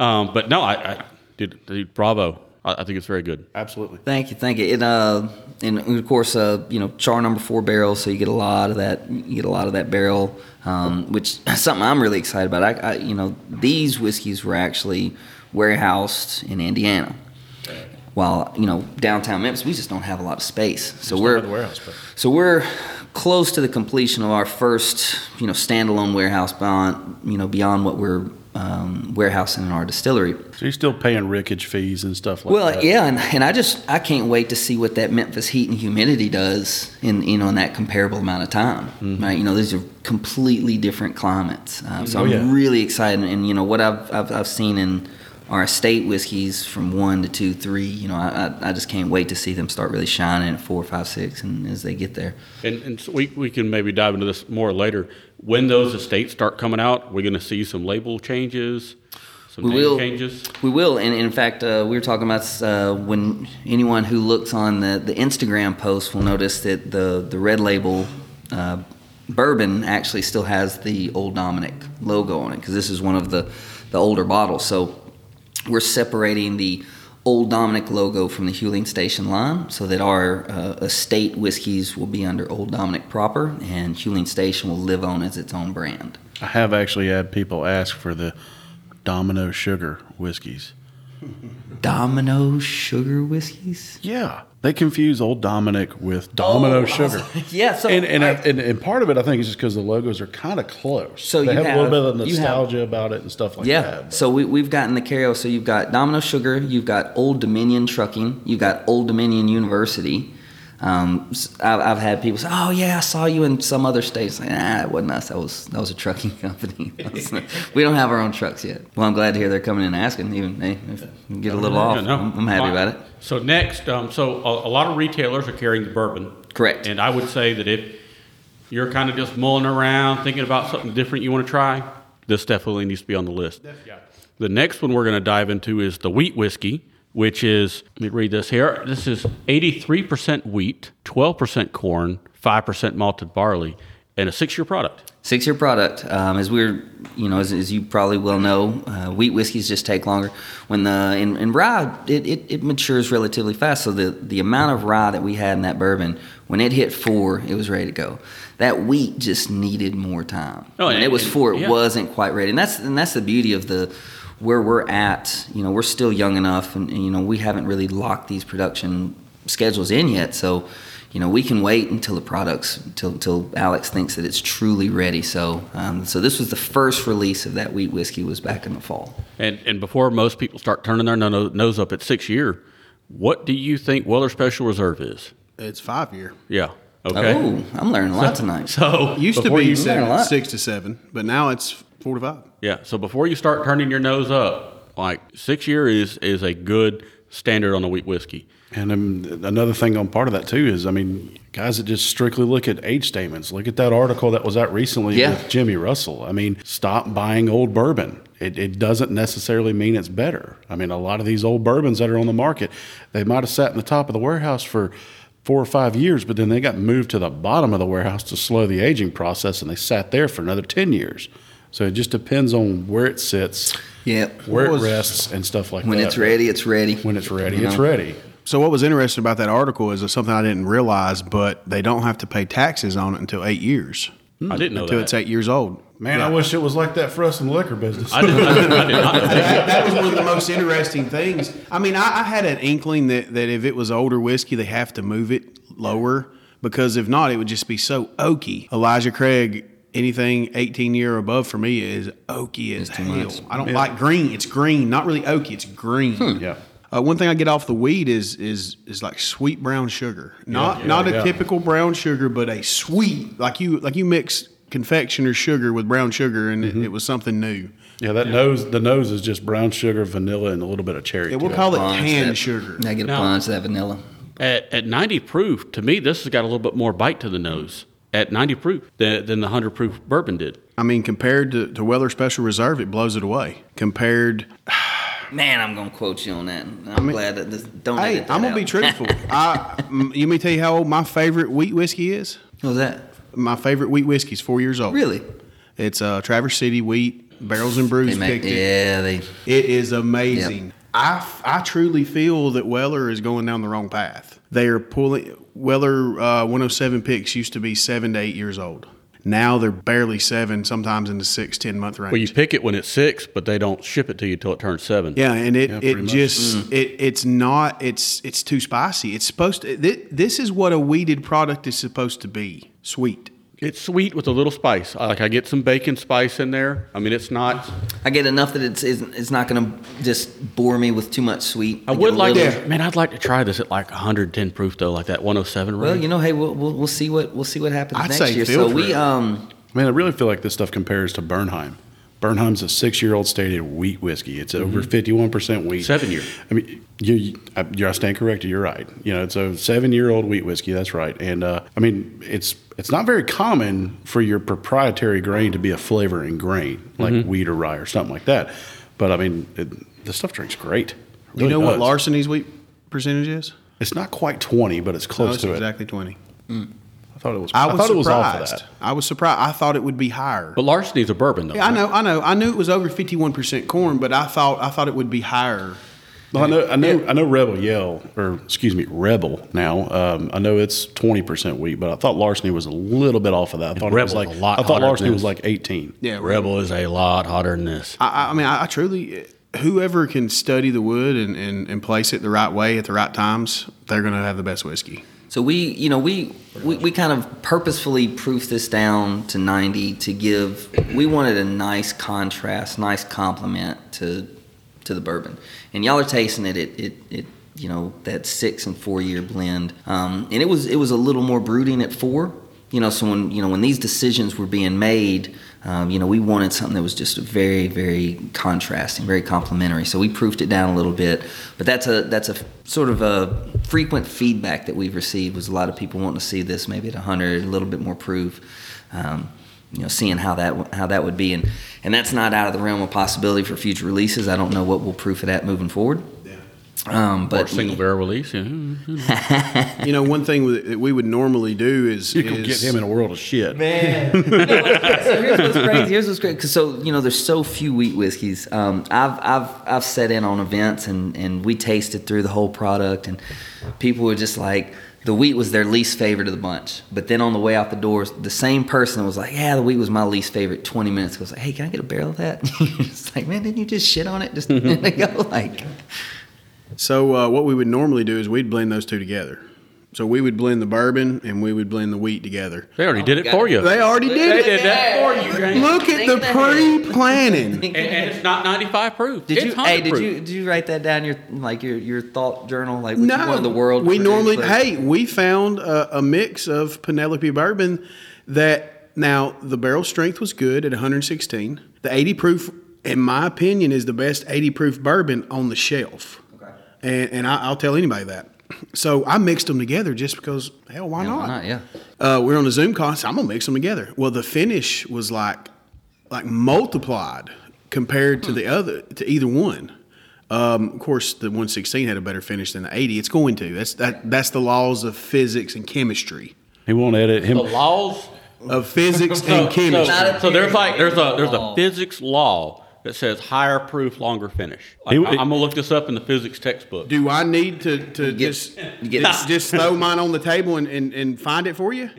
S2: Um, but no, I, I dude, dude, bravo. I, I think it's very good.
S4: Absolutely.
S3: Thank you, thank you. And uh, and of course, uh, you know, char number four barrel, so you get a lot of that. You get a lot of that barrel, um, which is something I'm really excited about. I, I, you know, these whiskeys were actually warehoused in Indiana. While you know downtown Memphis, we just don't have a lot of space, so we're
S4: have the warehouse space.
S3: so we're close to the completion of our first, you know, standalone warehouse beyond, you know, beyond what we're um, warehousing in our distillery.
S4: So you're still paying rickage fees and stuff like
S3: Well,
S4: that.
S3: yeah, and, and I just I can't wait to see what that Memphis heat and humidity does in you know in that comparable amount of time.
S4: Mm-hmm.
S3: Right, you know these are completely different climates, uh, so
S4: Oh,
S3: I'm
S4: yeah.
S3: really excited. And you know what I've I've, I've seen in our estate whiskeys from one to two, three. You know I, I I just can't wait to see them start really shining at four, five, six, and as they get there.
S2: And, and so we, we can maybe dive into this more later. When those estates start coming out, we're going to see some label changes, some
S3: We
S2: name
S3: will.
S2: changes.
S3: We will, and in fact, uh, we were talking about uh, when anyone who looks on the, the Instagram post will notice that the the red label uh, bourbon actually still has the Old Dominic logo on it because this is one of the the older bottles. So we're separating the Old Dominic logo from the Hewling Station line so that our uh, estate whiskeys will be under Old Dominic proper, and Hewling Station will live on as its own brand.
S4: I have actually had people ask for the Domino Sugar whiskeys.
S3: Domino sugar whiskeys.
S4: Yeah, they confuse Old Dominic with Domino
S3: Oh, I was
S4: Sugar.
S3: like, yeah, so
S4: and and,
S3: I-
S4: I, and and part of it I think is just because the logos are kind of close.
S3: So
S4: they
S3: you
S4: have, a little
S3: have-
S4: bit of
S3: you have-
S4: nostalgia about it and stuff like
S3: Oh, yeah.
S4: that. but-
S3: So we, we've gotten the carryover. So you've got Domino Sugar, you've got Old Dominion Trucking, you've got Old Dominion University. Um, s- I've, I've had people say, "Oh yeah, I saw you in some other states." Like, nah, it wasn't us. That was that was a trucking company. That was not- we don't have our own trucks yet. Well, I'm glad to hear they're coming in asking. Even hey, if we get a little off.
S2: Yeah, no.
S3: I'm, I'm happy
S2: Fine.
S3: about it.
S2: So next, um, so a, a lot of retailers are carrying the bourbon.
S3: Correct.
S2: And I would say that if you're kind of just mulling around, thinking about something different you want to try, this definitely needs to be on the list. Yeah. The next one we're going to dive into is the wheat whiskey, which is let me read this here. This is 83% wheat, 12% corn, 5% malted barley, and a six-year product.
S3: Six year product. Um, as we're, you know, as, as you probably well know, uh, wheat whiskeys just take longer. When the in, in rye, it, it, it matures relatively fast. So the, the amount of rye that we had in that bourbon, when it hit four, it was ready to go. That wheat just needed more time.
S2: Oh,
S3: when
S2: and-
S3: it was
S2: and-
S3: four, it
S2: yeah.
S3: wasn't quite ready. And that's and that's the beauty of the where we're at. You know, we're still young enough, and, and you know, we haven't really locked these production schedules in yet. So, you know, we can wait until the products, until, until Alex thinks that it's truly ready. So, um, so this was the first release of that wheat whiskey was back in the fall.
S2: And and before most people start turning their no- nose up at six-year, what do you think Weller Special Reserve is?
S1: It's five year.
S2: Yeah. Okay.
S3: Oh, I'm learning a lot tonight.
S2: So
S1: Used
S2: before
S1: to be
S2: you-
S1: seven,
S3: learn a lot.
S1: six to seven, but now it's four to five.
S2: yeah. So before you start turning your nose up, like six year is is a good standard on the wheat whiskey.
S4: And um, another thing on part of that too is, I mean, guys that just strictly look at age statements. Look at that article that was out recently
S3: Yeah.
S4: with Jimmy Russell. I mean, stop buying old bourbon. It, it doesn't necessarily mean it's better. I mean, a lot of these old bourbons that are on the market, they might have sat in the top of the warehouse for four or five years, but then they got moved to the bottom of the warehouse to slow the aging process, and they sat there for another ten years. So it just depends on where it sits,
S3: Yep.
S4: where
S1: was-
S4: it rests, and stuff like
S3: When
S4: that.
S3: it's ready, it's ready.
S4: When it's ready,
S3: You
S4: it's
S3: know?
S4: ready.
S1: So what was interesting about that article is something I didn't realize, but they don't have to pay taxes on it until eight years.
S2: I didn't know
S1: Until
S2: that.
S1: it's eight years old.
S4: Man, I wish it was like that for us in the liquor business.
S2: I did, I did, I did not know that.
S1: that, that was one of the most interesting things. I mean, I, I had an inkling that, that if it was older whiskey, they have to move it lower because if not, it would just be so oaky. Elijah Craig, anything 18 year or above for me is oaky as hell. I don't like green. It's green, not really oaky. It's green.
S4: Hmm. Yeah.
S1: Uh, one thing I get off the weed is is is like sweet brown sugar, not not a
S4: yeah.
S1: typical brown sugar, but a sweet like you like you mix confectioner sugar with brown sugar, and
S4: Mm-hmm.
S1: it, it was something new.
S4: Yeah, that nose, the nose is just brown sugar, vanilla, and a little bit of cherry.
S1: Yeah,
S4: to
S1: we'll
S4: it.
S1: call it
S3: Plunge
S1: canned
S3: that-
S1: sugar.
S3: I get a
S2: No.
S3: plunge to that vanilla.
S2: At, at 90 proof, to me, this has got a little bit more bite to the nose at 90 proof than, than the 100 proof bourbon did.
S1: I mean, compared to, to Weller Special Reserve, it blows it away. Compared,
S3: Man, I'm gonna quote you on that. I'm glad that this don't.
S1: hey,
S3: edit that
S1: I'm gonna be
S3: out.
S1: truthful. I, m- you me tell you how old my favorite wheat whiskey is.
S3: What was that?
S1: My favorite wheat whiskey is four years old.
S3: Really?
S1: It's uh, Traverse City wheat barrels and brews
S3: They make,
S1: picked it.
S3: yeah, they.
S1: It is amazing. I, f- I truly feel that Weller is going down the wrong path. They are pulling Weller uh, 107 picks used to be seven to eight years old. Now they're barely seven, sometimes in the six, ten month range.
S2: Well, you pick it when it's six, but they don't ship it to you till it turns seven.
S1: Yeah, and it,
S4: pretty
S1: it
S4: much. Mm.
S1: just it it's not it's it's too spicy. It's supposed to thi- this is what a weeded product is supposed to be. Sweet.
S2: It's sweet with a little spice. I- Like I get some bacon spice in there. I mean, it's not.
S3: I get enough that it's it's, it's not gonna just bore me with too much sweet.
S2: I
S3: get
S2: would
S3: a
S2: like
S3: little-
S2: to. Man, I'd like to try this at like 110 proof though, like that 107
S3: Well,
S2: range.
S3: you know, hey, we'll, we'll we'll see what we'll see what happens
S1: I'd
S3: next
S1: say
S3: year.
S1: feel
S3: So
S1: for
S3: we
S1: it.
S3: um
S4: Man, I really feel like this stuff compares to Bernheim. Bernheim's a six-year-old stated wheat whiskey. It's over
S1: Mm-hmm.
S4: fifty-one percent wheat.
S2: Seven year.
S4: I mean, you, you I, you're- I stand corrected. You're right. You know, it's a seven-year-old wheat whiskey. That's right. And uh, I mean, it's it's not very common for your proprietary grain to be a flavoring grain like
S1: Mm-hmm.
S4: wheat or rye or something like that. But I mean, it, this stuff drinks great. It
S1: you
S4: really
S1: know what
S4: does.
S1: Larceny's wheat percentage is?
S4: It's not quite twenty, but it's
S1: No,
S4: close
S1: it's
S4: to it.
S1: exactly twenty.
S4: I thought it was.
S1: I
S4: I,
S1: was
S4: thought
S1: surprised.
S4: it was off of that.
S1: I was surprised. I thought it would be higher.
S2: but Larceny's a bourbon though.
S1: Yeah, I know, I know. I knew it was over fifty one percent corn, but I thought I thought it would be higher.
S4: Well, I know, I know, I know. Rebel Yell, or excuse me, Rebel. Now, um, I know it's twenty percent wheat, but I thought Larceny was a little bit off of that. I thought it
S2: Rebel's
S4: was like
S2: a lot
S4: I thought
S2: hotter
S4: Larceny
S2: than
S4: was
S2: this.
S4: like eighteen.
S1: Yeah,
S2: Rebel is a lot hotter than this.
S1: I, I- I mean, I, I truly, whoever can study the wood and, and, and place it the right way at the right times, they're going to have the best whiskey.
S3: So we, you know, we, we we kind of purposefully proofed this down to 90 to give. We wanted a nice contrast, nice complement to to the bourbon. And y'all are tasting it. It it, it you know that six and four year blend. Um, and it was it was a little more brooding at four. You know, so when you know when these decisions were being made, um, you know, we wanted something that was just very, very contrasting, very complementary. So we proofed it down a little bit. But that's a that's a f- sort of a frequent feedback that we've received was a lot of people wanting to see this maybe at 100, a little bit more proof. Um, you know, seeing how that w- how that would be, and and that's not out of the realm of possibility for future releases. I don't know what we'll proof it at moving forward.
S1: Yeah.
S3: Um,
S2: Or
S3: but
S2: single barrel release. Yeah.
S1: You know, one thing with- that we would normally do is
S4: You could
S1: is-
S4: get him in a world of shit.
S3: so here's what's crazy. Here's what's crazy. Cause so you know, there's so few wheat whiskeys. Um, I've I've I've set in on events and and we tasted through the whole product and people were just like. The wheat was their least favorite of the bunch, but then on the way out the doors, the same person was like, "Yeah, the wheat was my least favorite." Twenty minutes ago, was like, "Hey, can I get a barrel of that?" it's like, man, didn't you just shit on it just a minute ago? Like,
S1: So uh, what we would normally do is we'd blend those two together. So we would blend the bourbon and we would blend the wheat together.
S2: They
S3: Oh,
S2: already did it for you.
S1: They already
S2: They
S1: did it.
S2: did that for you, James.
S1: Look at the pre-planning.
S2: And, and it's not 95 proof.
S3: Did
S2: it's
S3: you?
S2: 100
S3: Hey, did
S2: proof.
S3: you did you write that down? Your like your your thought journal, like what you
S1: No,
S3: want the world. to
S1: We
S3: produce,
S1: normally
S3: like-
S1: hey, we found a, a mix of Penelope bourbon that now the barrel strength was good at 116. The 80 proof, in my opinion, is the best 80 proof bourbon on the shelf.
S3: Okay.
S1: And, and I, I'll tell anybody that. So I mixed them together just because hell, why
S3: Yeah,
S1: not?
S3: why not? Yeah.
S1: uh, we are on a Zoom call. I said, I'm gonna mix them together. Well, the finish was like like multiplied compared to the other to either one. Um, of course, the 116 had a better finish than the 80. It's going to. That's that. That's the laws of physics and chemistry.
S4: He won't edit him.
S1: Oh,
S2: the laws
S1: Of physics
S2: so,
S1: and chemistry.
S2: so, so there's like there's a there's a
S3: Law.
S2: physics law that says higher proof, longer finish. Like,
S4: It-
S2: I- I'm gonna look this up in the physics textbook.
S1: Do I need to, to just,
S3: get-
S1: just just throw mine on the table and, and, and find it for you?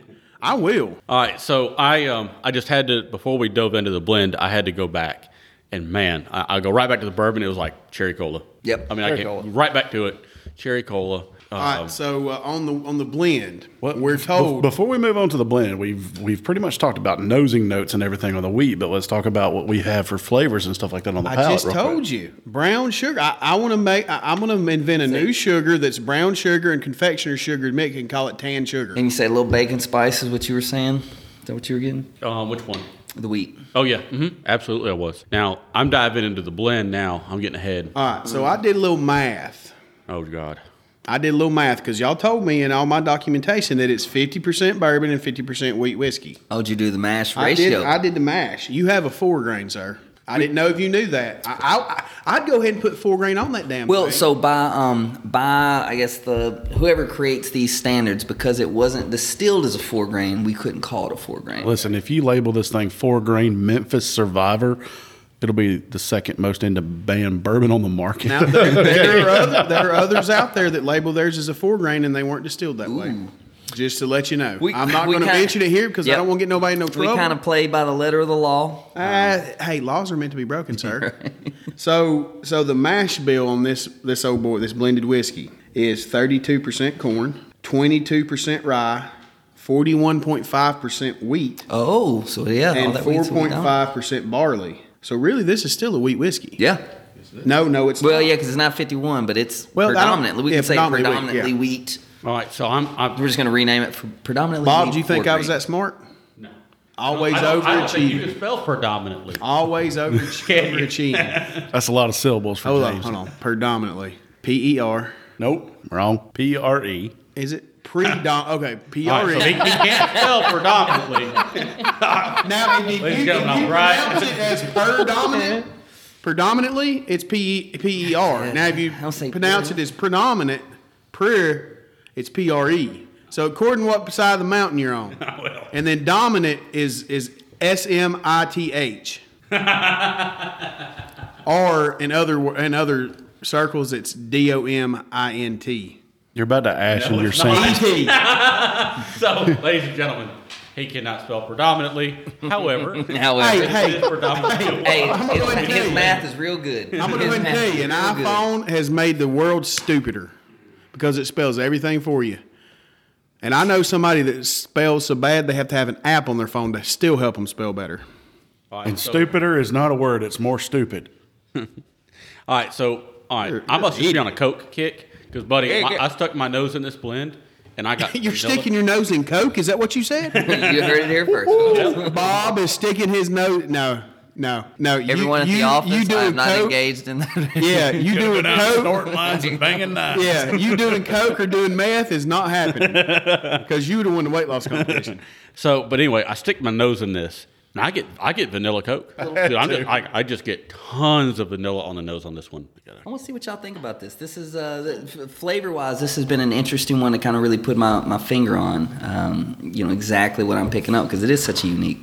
S1: I will.
S2: All right, so I um I just had to before we dove into the blend, I had to go back, and man, I, I go right back to the bourbon. It was like cherry cola.
S3: Yep,
S2: I mean, I
S3: cherry
S2: came
S3: cola.
S2: right back to it. Cherry cola. Um,
S1: All right. So uh, on the on the blend,
S4: What-
S1: we're
S4: bef-
S1: told
S4: Before we move on to the blend, we've we've pretty much talked about nosing notes and everything on the wheat, but let's talk about what we have for flavors and stuff like that on the
S1: I
S4: palate.
S1: just
S4: real quick.
S1: told you brown sugar. I, I want to make. I, I'm going to invent a new sugar that's brown sugar and confectioner sugar mix and call it tan sugar.
S3: And you say a little bacon spice is what you were saying? Is that what you were getting?
S2: um, which one?
S3: The wheat.
S2: Oh yeah, hmm absolutely. I was. Now I'm diving into the blend. Now I'm getting ahead.
S1: All right, so I did a little math.
S2: Oh god.
S1: I did a little math because y'all told me in all my documentation that it's 50% bourbon and 50% wheat whiskey.
S3: Oh, did you do the mash
S1: I did.
S3: ratio?
S1: I did the mash. You have a four grain, sir. I didn't know if you knew that. I, I, I'd go ahead and put four grain on that damn.
S3: well,
S1: thing.
S3: so by um by I guess the whoever creates these standards because it wasn't distilled as a four grain, we couldn't call it a four grain.
S4: Listen, if you label this thing four grain Memphis Survivor, it'll be the second most into band bourbon on the market.
S1: Now, there, there, are other, there are others out there that label theirs as a four grain and they weren't distilled that way. Just to let you know,
S3: We-
S1: I'm not
S3: we
S1: going to
S3: kinda-
S1: mention it here because
S3: Yep.
S1: I don't want to get nobody in no
S3: we
S1: trouble.
S3: kind of play by the letter of the law.
S1: Uh, hey, laws are meant to be broken, sir. So, so the mash bill on this this old boy, this blended whiskey, is 32% corn, 22% rye, 41.5% wheat,
S3: Oh, so yeah, all
S1: and
S3: that wheat's went down.
S1: 4.5% barley. So really, this is still a wheat whiskey.
S3: Yeah.
S1: No, no, it's
S3: Well,
S1: not.
S3: yeah, because it's not 51, but it's
S1: Well, I don't-
S3: predominantly. We
S1: yeah,
S3: can say
S1: predominantly wheat,
S3: predominantly
S1: yeah.
S3: wheat.
S2: All right, so I'm. I'm
S3: We're just going to rename it for predominantly
S1: Bob,
S3: wheat
S1: do you think
S3: four
S1: I was
S3: grain.
S1: that smart? Always
S2: I don't, I don't think you
S1: overachieving.
S2: can spell predominantly.
S1: Always over, overachieving.
S4: That's a lot of syllables for
S1: Hold on,
S4: James.
S1: hold on. Predominantly. P E R.
S4: Nope, wrong. P R E.
S1: Is it predom? Okay, P
S2: All
S1: R
S2: right, so he, he
S1: E.
S2: can't spell predominantly.
S1: Now, if you,
S2: Ladies and
S1: if you
S2: gentlemen, I'm right.
S1: pronounce it as predominant, predominantly, it's P E P E R. Now, if you
S3: I'll say
S1: pronounce
S3: pre.
S1: it as predominant, prayer, it's P R E. So, according to what side of the mountain you're on,
S2: well.
S1: and then dominant is is S M I T H. Or in other wo- in other circles, it's D O M I N T.
S4: You're about to ash in your
S2: it's not.
S4: sandwich.
S1: E T.
S2: So, ladies and gentlemen, He cannot spell predominantly. However,
S3: However.
S2: it
S1: Hey,
S2: is
S1: hey.
S2: predominantly.
S3: Hey,
S1: I'm gonna go ahead and
S3: his, his
S1: tell you.
S3: math is real good.
S1: I'm going to go
S3: His
S1: ahead and
S3: math
S1: tell
S3: is
S1: you, an
S3: real good.
S1: iPhone has made the world stupider because it spells everything for you. And I know somebody that spells so bad they have to have an app on their phone to still help them spell better.
S2: All right,
S4: And
S2: so-
S4: stupider is not a word; it's more stupid.
S2: All right, so all right, I must just be on a Coke kick because, buddy, my, I stuck my nose in this blend and I got.
S1: You're
S2: vanilla-
S1: sticking your nose in Coke? Is that what you said?
S3: you heard it here first. folks.
S1: Bob is sticking his nose. No, no, no. You-
S3: Everyone at
S1: you-
S3: the
S1: you
S3: office,
S1: doing
S3: I'm not
S1: Coke-
S3: engaged in that.
S1: Yeah, you doing
S4: But I'm
S1: Coke?
S4: snorting lines and banging knives.
S1: Yeah, you doing coke or doing meth is not happening because you would have won the weight loss competition.
S2: So, but anyway, I stick my nose in this, and I get I get vanilla Coke. Dude, I'm just, I, I just get tons of vanilla on the nose on this one.
S3: I want to see what y'all think about this. This is uh, the, f- flavor-wise, this has been an interesting one to kind of really put my, my finger on. Um, you know exactly what I'm picking up because it is such a unique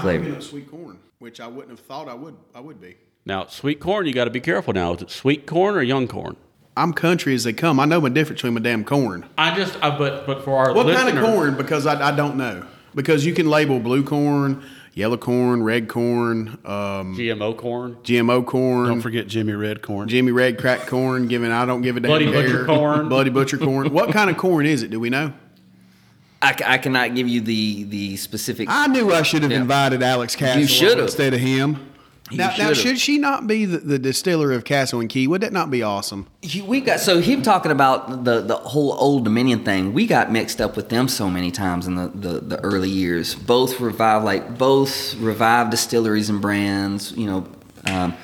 S3: flavor.
S1: sweet corn, which I wouldn't have thought I would. I would be.
S2: Now, sweet corn, you got to be careful. Now, is it sweet corn or young corn?
S1: I'm country as they come. I know my difference between my damn corn.
S2: I just, I, but but for our
S1: What kind of
S2: listeners-
S1: corn? Because I, I don't know. Because you can label blue corn, yellow corn, red corn, um,
S2: GMO corn,
S1: GMO corn.
S4: Don't forget Jimmy Redcorn.
S1: Jimmy Red crack corn, giving I don't give a damn
S2: Bloody
S1: care.
S2: butcher corn.
S1: bloody butcher corn. What kind of corn is it? Do we know?
S3: I, c- I cannot give you the the specific.
S1: I knew I should have
S3: Yeah.
S1: invited Alex Castle
S3: should've.
S1: instead of him.
S3: You
S1: now, now,
S3: should've.
S1: should she not be the, the distiller of Castle and Key? Would that not be awesome?
S3: He- we got so him talking about the the whole Old Dominion thing. We got mixed up with them so many times in the the, the early years. Both revived like both revived distilleries and brands. You know, um,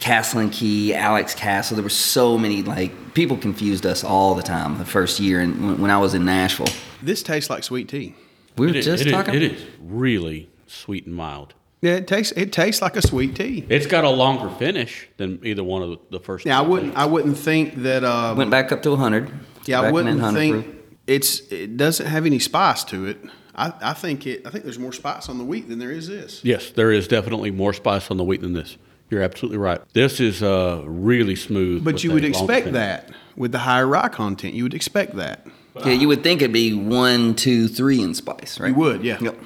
S3: Castle and Key, Alex Castle. There were so many like people confused us all the time the first year and when, when I was in Nashville.
S1: This tastes like sweet tea.
S3: We were
S2: It is-
S3: just
S2: it is-
S3: talking.
S2: it is really sweet and mild.
S1: Yeah, it tastes it tastes like a sweet tea.
S2: It's got a longer finish than either one of the first.
S1: Now I
S2: two.
S1: wouldn't I wouldn't think that. Uh,
S3: Went back up to 100.
S1: yeah, I
S3: Back in
S1: wouldn't
S3: at 100
S1: think
S3: proof.
S1: it's it doesn't have any spice to it. I, I think it I think there's more spice on the wheat than there is this.
S2: Yes, there is definitely more spice on the wheat than this. You're absolutely right. This is uh, really smooth.
S1: But
S2: with
S1: you
S2: a
S1: would
S2: long
S1: expect
S2: finish.
S1: that with the higher rye content. You would expect that.
S3: Yeah, you would think it'd be one, two, three in spice, right?
S1: You would, yeah.
S3: Yep.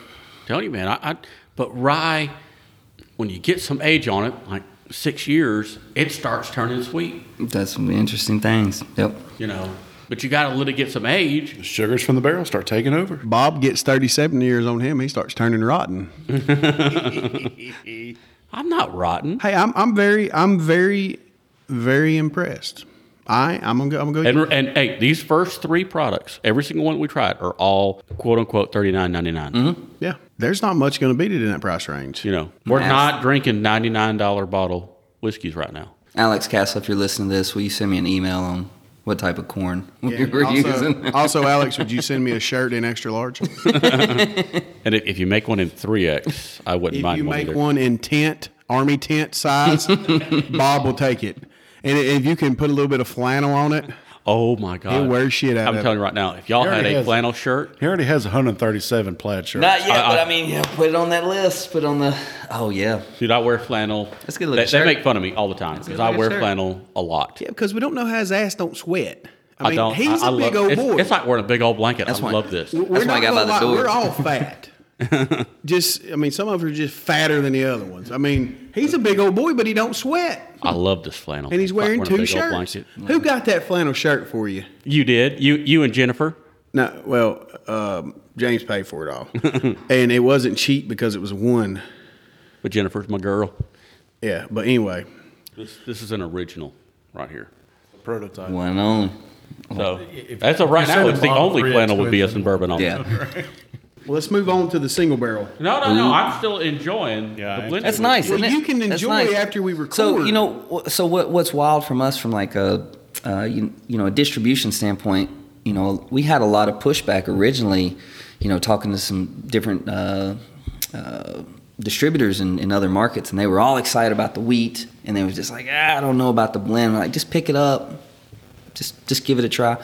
S2: Tell you, man. I, I but rye, when you get some age on it, like six years, it starts turning sweet.
S3: That's some interesting things. Yep.
S2: You know, but you got to let it get some age.
S4: Sugars from the barrel start taking over.
S1: Bob gets 37 years on him. He starts turning rotten.
S2: I'm not rotten.
S1: Hey, I'm I'm very I'm very very impressed. I I'm gonna go, I'm gonna
S2: And
S1: go.
S2: and hey, these first three products, every single one we tried, are all quote unquote thirty nine ninety
S1: Yeah, there's not much gonna beat it in that price range.
S2: You know, we're
S3: Yes.
S2: not drinking ninety nine dollar bottle whiskeys right now.
S3: Alex Castle, if you're listening to this, will you send me an email on what type of corn we were
S1: Also, uh,
S3: using?
S1: also, Alex, would you send me a shirt in extra large? if
S2: And if, if you make one in three X, I wouldn't mind
S1: you
S2: one
S1: make
S2: either.
S1: one in tent, army tent size, Bob will take it. And if you can put a little bit of flannel on it,
S2: Oh my god,
S1: He'll wear shit out
S2: I'm
S1: of
S2: telling
S1: it.
S2: you right now, if y'all
S4: He
S2: had
S4: already
S2: a
S4: has-
S2: flannel shirt,
S4: He already has 137 plaid shirts.
S3: Not yet,
S2: I-
S3: but
S2: I-
S3: I mean, yeah, put it on that list. Put it on the. Oh yeah,
S2: Dude, I wear flannel.
S3: That's a good looking
S2: They, they
S3: shirt.
S2: make fun of me all the time because I
S3: looking
S2: wear
S3: shirt.
S2: flannel a lot.
S1: yeah, because we don't know how his ass don't sweat. I
S2: I
S1: mean,
S2: don't.
S1: he's
S2: I, I
S1: a big
S2: love,
S1: old
S2: it's,
S1: boy.
S2: It's like wearing a big old blanket.
S3: That's
S2: I
S3: why-
S2: love this.
S1: We're
S3: That's why I
S1: not gonna
S3: got by the
S1: lie,
S3: door.
S1: We're all fat. Just, I mean, some of us are just fatter than the other ones. I mean, he's a big old boy, but he don't sweat,
S2: I love this flannel.
S1: and he's
S2: It's like
S1: wearing
S2: a
S1: two
S2: big old
S1: shirts.
S2: blanket.
S1: Who got that flannel shirt for you?
S2: You did. You you and Jennifer.
S1: No, well, um, James paid for it all, and it wasn't cheap because it was one.
S2: But Jennifer's my girl.
S1: Yeah, but anyway,
S2: This this is an original right here.
S4: Prototype.
S3: one on.
S2: So that's a right
S4: Oh. you
S2: now.
S4: said
S2: It's the
S4: Bob
S2: only
S4: Fritz
S2: flannel would be
S4: with-
S2: us and bourbon on.
S3: Yeah,
S1: well, let's move on to the single barrel.
S2: No, no, no. I'm still enjoying
S4: Yeah, I
S2: the
S4: am
S2: blend.
S3: that's nice.
S1: Well,
S3: isn't it?
S1: you can
S3: That's
S1: enjoy after we record.
S3: So you know, wh- so what? What's wild from us, from like a, uh, you, you know, a distribution standpoint, you know, we had a lot of pushback originally, you know, talking to some different. Uh, uh, distributors in, in other markets and they were all excited about the wheat and they was just like ah, i don't know about the blend We're like just pick it up just just give it a try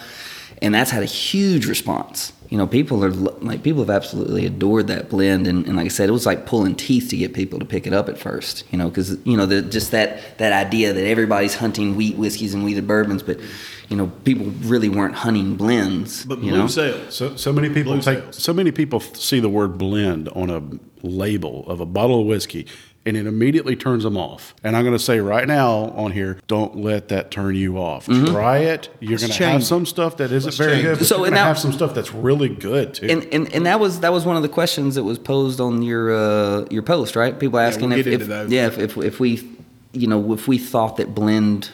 S3: and that's had a huge response. You know, people are lo- like people have absolutely adored that blend, and, and like I said, it was like pulling teeth to get people to pick it up at first. You know, because you know the, just that that idea that everybody's hunting wheat whiskeys and wheated bourbons, but you know, people really weren't hunting blends.
S1: But
S3: you
S1: blue
S3: know?
S1: sales.
S4: So, so many people
S1: Blue
S4: take,
S1: sales.
S4: so many people f- see the word blend on a label of a bottle of whiskey and it immediately turns them off. And I'm going to say right now on here, don't let that turn you off.
S1: Mm-hmm.
S4: Try it. You're going to have
S1: change.
S4: some stuff that isn't very
S1: change
S4: good.
S1: it.
S4: But
S3: So,
S4: so you're
S3: and
S4: going to
S3: now-
S4: have some stuff that's really good too.
S3: and, and and that was that was one of the questions that was posed on your uh, your post, right? People asking
S1: we'll
S3: if,
S1: get
S3: if-
S1: into those.
S3: yeah, if, if if we, you know, if we thought that blend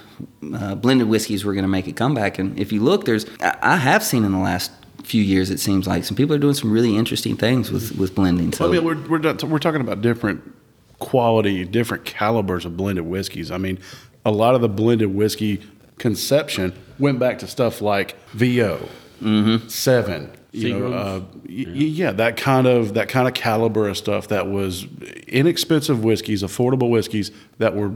S3: uh, blended whiskeys were going to make a comeback, and if you look, there's I, I have seen in the last few years it seems like some people are doing some really interesting things with with blending. So
S4: I mean, we're we're, not, we're talking about different quality, different calibers of blended whiskeys. I mean, a lot of the blended whiskey conception went back to stuff like VO,
S1: Mm-hmm.
S4: seven. You know,
S2: Seagrams.
S4: uh, y- y- yeah, that kind of that kind of caliber of stuff that was inexpensive whiskeys, affordable whiskeys that were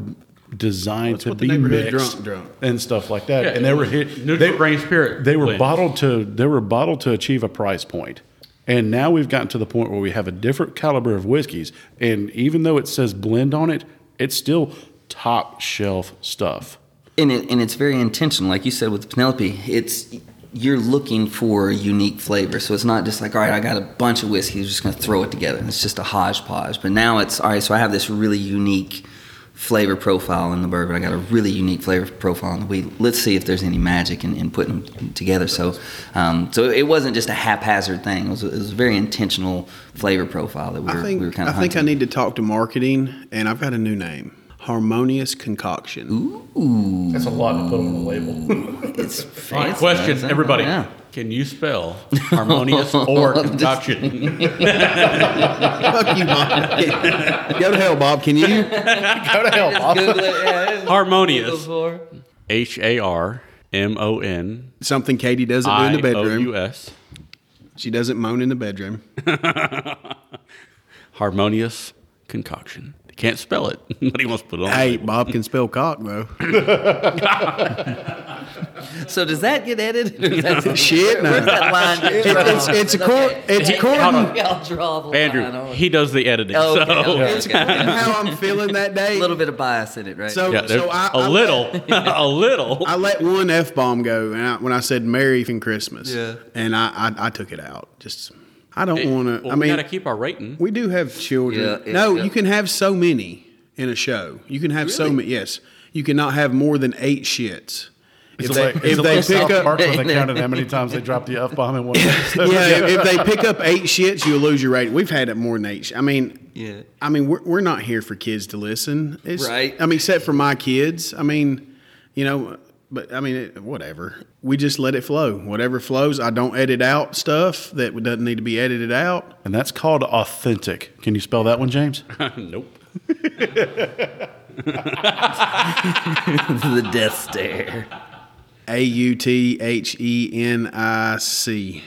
S4: designed to
S1: what the
S4: be
S1: neighborhood
S4: mixed
S1: drunk drunk.
S4: and stuff like that.
S2: Yeah,
S4: and they were hit
S2: neutral
S4: they,
S2: grain spirit
S4: They were
S2: blends.
S4: bottled to they were bottled to achieve a price point. And now we've gotten to the point where we have a different caliber of whiskeys. And even though it says blend on it, it's still top shelf stuff.
S3: and it, and it's very intentional, like you said with Penelope. It's you're looking for a unique flavor, so it's not just like all right, I got a bunch of whiskey, I'm just gonna throw it together. It's just a hodgepodge. But now it's all right, so I have this really unique flavor profile in the bourbon. I got a really unique flavor profile in the wheat. Let's see if there's any magic in, in putting them together. So, um, so it wasn't just a haphazard thing. It was, it was a very intentional flavor profile that we were,
S1: I think
S3: we were kind
S1: I
S3: of
S1: think I need to talk to marketing, and I've got a new name: Harmonious Concoction.
S4: That's a lot to put on a label.
S3: It's
S2: All right,
S3: fancy,
S2: question,
S3: isn't it?
S2: everybody.
S3: Yeah.
S2: Can you spell harmonious or concoction?
S1: Fuck you, Bob. Go to hell, Bob. Can you?
S4: Go to hell, Bob.
S3: Google it, yeah, it's
S2: harmonious.
S3: before.
S2: H A R M O N
S1: Something Katie doesn't do in
S2: I
S1: the
S2: O
S1: bedroom.
S2: U S.
S1: She doesn't moan in the bedroom.
S2: Harmonious concoction. Can't spell it, but he wants to put it on.
S1: Hey, Bob can spell cock though.
S3: So does that get edited?
S1: Shit, no.
S3: Where's that line? get
S1: It-
S3: drawn?
S1: it's- it's a cor- it's
S3: Okay,
S1: according-
S3: I'll draw the line on
S2: Andrew,
S3: it.
S2: he does the editing.
S3: Okay,
S2: so
S3: okay,
S1: Oh, It's
S3: okay.
S1: according to how I'm feeling that
S3: a
S1: day.
S3: little bit of bias in it, right?
S1: So,
S2: yeah, there's
S1: so I,
S2: a
S1: I-
S2: little, a little.
S1: I let one f bomb go, and I, when I said "Merry Even Christmas,"
S3: Yeah.
S1: and I, I I took it out. Just I don't want to.
S2: Well,
S1: I
S2: we
S1: mean,
S2: gotta keep our rating.
S1: We do have children.
S3: Yeah, it-
S1: no,
S3: yeah.
S1: you can have so many in a show. You can have so many. Yes, you cannot have more than eight shits. If
S4: It's
S1: they,
S4: like,
S1: if they pick up,
S4: Park where they counted how many times they dropped the F bomb in one episode.
S1: yeah, if, if they pick up eight shits, you'll lose your rating. We've had it more than eight. Sh- I mean,
S3: Yeah.
S1: I mean, we're, we're not here for kids to listen. It's,
S3: Right.
S1: I mean, except for my kids. I mean, you know, but I mean, it, whatever. We just let it flow. Whatever flows. I don't edit out stuff that doesn't need to be edited out.
S4: And that's called authentic. Can you spell that one, James?
S2: nope.
S3: the death stare.
S1: A U T H E N I C.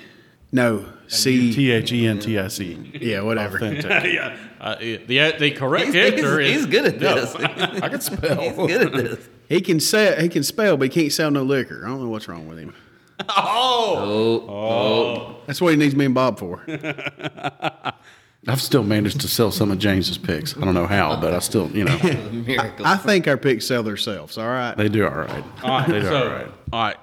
S1: No, C.
S4: T H E N T I C.
S1: Yeah, whatever.
S4: Authentic.
S2: yeah, uh, the the correct
S3: He's,
S2: answer
S3: he's-
S2: is
S3: he's good at
S2: no.
S3: this.
S4: I can spell.
S3: he's good at this.
S1: He can say he can spell, but he can't sell no liquor. I don't know what's wrong with him.
S2: Oh,
S1: That's what he needs me and Bob for.
S4: I've still managed to sell some of James's picks. I don't know how, but I still, you know,
S3: Miracle.
S1: I think our picks sell themselves. All right.
S4: they do all right.
S2: all right.
S4: They do
S2: so,
S4: all right.
S2: all right,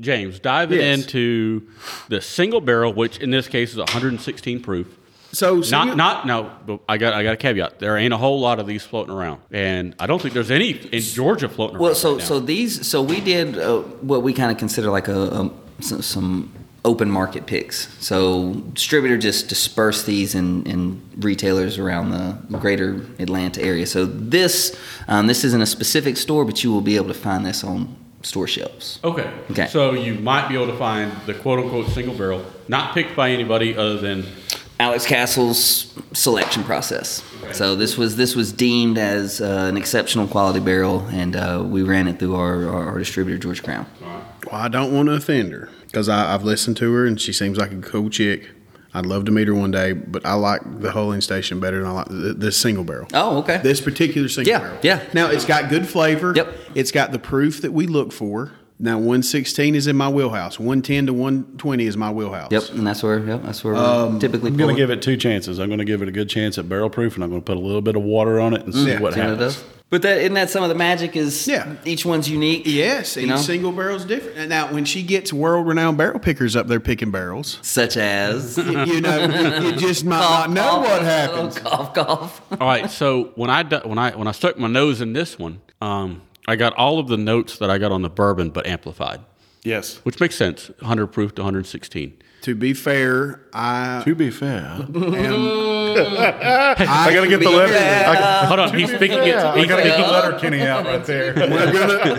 S2: James, diving
S1: Yes.
S2: into the single barrel, which in this case is 116 proof.
S1: So, so
S2: Not,
S1: you-
S2: not, no. But I got, I got a caveat. There ain't a whole lot of these floating around, and I don't think there's any in Georgia floating around.
S3: Well, so
S2: right now.
S3: so these so we did uh, what we kind of consider like a, a some, some open market picks. So distributor just dispersed these in, in retailers around the greater Atlanta area. So this um, this isn't a specific store, but you will be able to find this on store shelves.
S2: Okay.
S3: Okay.
S2: So you might be able to find the quote unquote single barrel, not picked by anybody other than
S3: Alex Castle's selection process.
S2: Okay.
S3: So this was this was deemed as uh, an exceptional quality barrel, and uh, we ran it through our, our, our distributor George Crown.
S1: well, I don't want to offend her because I've listened to her and she seems like a cool chick. I'd love to meet her one day, but I like the holding station better than I like th- this single barrel.
S3: Oh, okay.
S1: This particular single
S3: Yeah,
S1: barrel.
S3: yeah.
S1: Now it's got good flavor.
S3: Yep.
S1: It's got the proof that we look for. Now, 116 is in my wheelhouse. 110 to 120 is my wheelhouse.
S3: Yep, and that's where yep, that's where we're typically
S4: I'm going
S3: pulling.
S4: to give it two chances. I'm going to give it a good chance at barrel proof, and I'm going to put a little bit of water on it and see
S1: Yeah.
S4: what
S3: See what it
S4: happens.
S3: does. But that isn't that some of the magic is
S1: Yeah.
S3: each one's unique.
S1: Yes,
S3: you
S1: each
S3: know?
S1: single barrel's different. And now, when she gets world-renowned barrel pickers up there picking barrels,
S3: Such as
S1: you know, you, you just might not know
S3: Cough,
S1: what
S3: cough,
S1: happens.
S3: Cough, cough.
S2: All right, so when I do- when I when I stuck my nose in this one, um, I got all of the notes that I got on the bourbon, but amplified,
S4: Yes.
S2: which makes sense. 100 proof to 116.
S1: To be fair, I
S4: To be fair,
S1: am.
S4: I got to get the letter. I,
S2: Hold on, he's speaking. It, he's
S4: got to
S2: speaking
S4: get the letter Kenny out right there.
S1: We're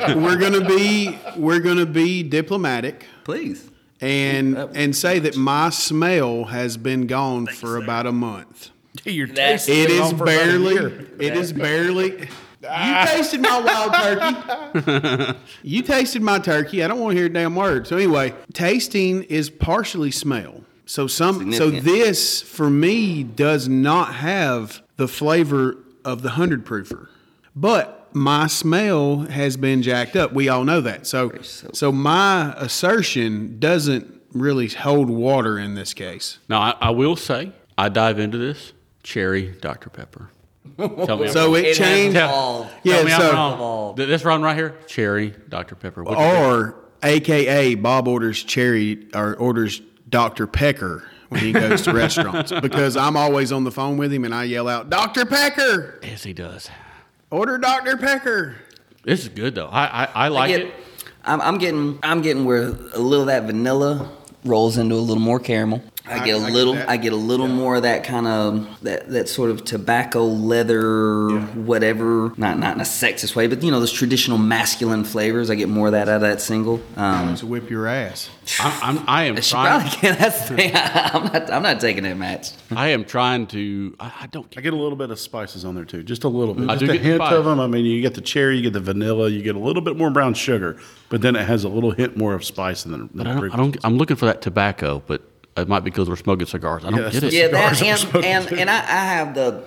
S1: gonna we're gonna be we're gonna be diplomatic
S3: Please.
S1: and and say that my smell has been gone for about a month.
S4: Your
S3: That's-
S4: taste
S1: It
S4: been
S1: is
S4: off for about a
S1: barely.
S4: year.
S1: It is barely. You tasted my wild turkey. you tasted my turkey. I don't want to hear a damn word. So anyway, tasting is partially smell. So some. So
S3: Significant.
S1: this for me does not have the flavor of the hundred proofer, but my smell has been jacked up. We all know that. So
S3: soap.
S1: so my assertion doesn't really hold water in this case.
S2: Now I, I will say I dive into this cherry Dr Pepper. Tell me, I'm
S1: So
S2: wrong.
S1: it,
S3: It has
S1: changed.
S3: all-
S2: tell,
S1: Yeah,
S2: tell me
S1: so- Oh.
S2: I'm wrong. Th- This run right here, cherry Dr Pepper. What do you think?
S1: Or AKA Bob orders cherry or orders Dr. Pecker when he goes to restaurants because I'm always on the phone with him and I yell out, Dr. Pecker,
S2: yes, he does.
S1: order Dr. Pecker.
S2: This is good though. I I, I like
S3: Get-
S2: it.
S3: I'm, I'm getting I'm getting where a little of that vanilla rolls into a little more caramel. I
S1: I-
S3: get a
S1: I get
S3: little
S1: that.
S3: I get a little more of that kind of that, that sort of tobacco leather whatever not not in a sexist way but you know those traditional masculine flavors I get more of that out of that single. Um,
S1: To whip your ass.
S2: I'm, I'm I am
S3: she
S2: trying.
S3: probably can't. That's the thing. I'm not I'm not taking that match.
S2: I am trying to. I, I don't.
S4: I get a little bit of spices on there too, just a little bit.
S2: I
S4: just
S2: do
S4: a
S2: get
S4: hint
S2: spice.
S4: of them. I mean, you get the cherry, you get the vanilla, you get a little bit more brown sugar, but then it has a little hint more of spice than. than
S2: But I don't, I don't. I'm looking for that tobacco, but it might be because we're smoking cigars. I don't
S4: that's
S2: get it.
S4: the
S3: Yeah, that
S4: Cigars
S3: and and, and I, I have the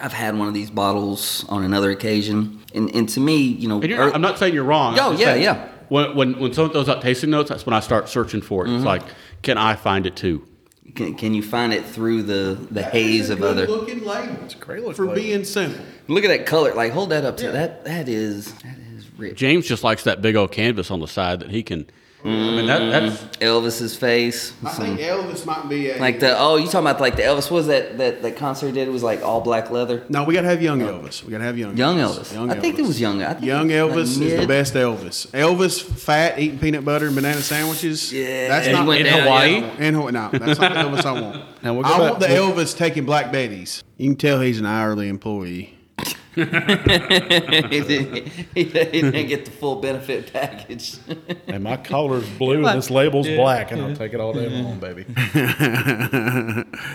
S3: I've had one of these bottles on another occasion and, and to me you know
S2: And you're,
S3: er-
S2: I'm not saying you're wrong.
S3: Oh,
S2: I'm just
S3: yeah,
S2: saying
S3: yeah.
S2: When when when someone throws out tasting notes, that's when I start searching for it.
S3: Mm-hmm.
S2: It's like, can I find it too?
S3: Can, can you find it through the, the haze of other? Look.
S1: looking label. It's
S4: great looking
S1: For
S4: label.
S1: being simple.
S3: at that color. Like hold that up to that. That is that is rich.
S2: James just likes that big old canvas on the side that he can. I mean, that, that's
S3: Elvis's face.
S1: I think Elvis might be a.
S3: Like the oh, you talking about like the Elvis? What was that that that concert he did It was like all black leather?
S1: No, we got to have young Elvis. We got to have young
S3: Young Elvis.
S1: Young
S3: I think it was young. I think
S1: Young
S3: it was like
S1: Elvis is the
S3: mid-
S1: best Elvis. Elvis, fat, eating peanut butter and banana sandwiches.
S3: Yeah,
S1: that's
S3: he
S1: not
S3: went
S2: in
S3: down,
S2: Hawaii?
S3: yeah.
S1: And who? No, that's not the Elvis I want.
S4: Now, we'll go
S1: I
S4: back-
S1: want the
S4: we'll-
S1: Elvis taking Black Betty's. You can tell he's an hourly employee.
S3: he, didn't, he didn't get the full benefit package.
S4: And my collar's blue, and this label's black, and I'll take it all day long, baby.
S1: I,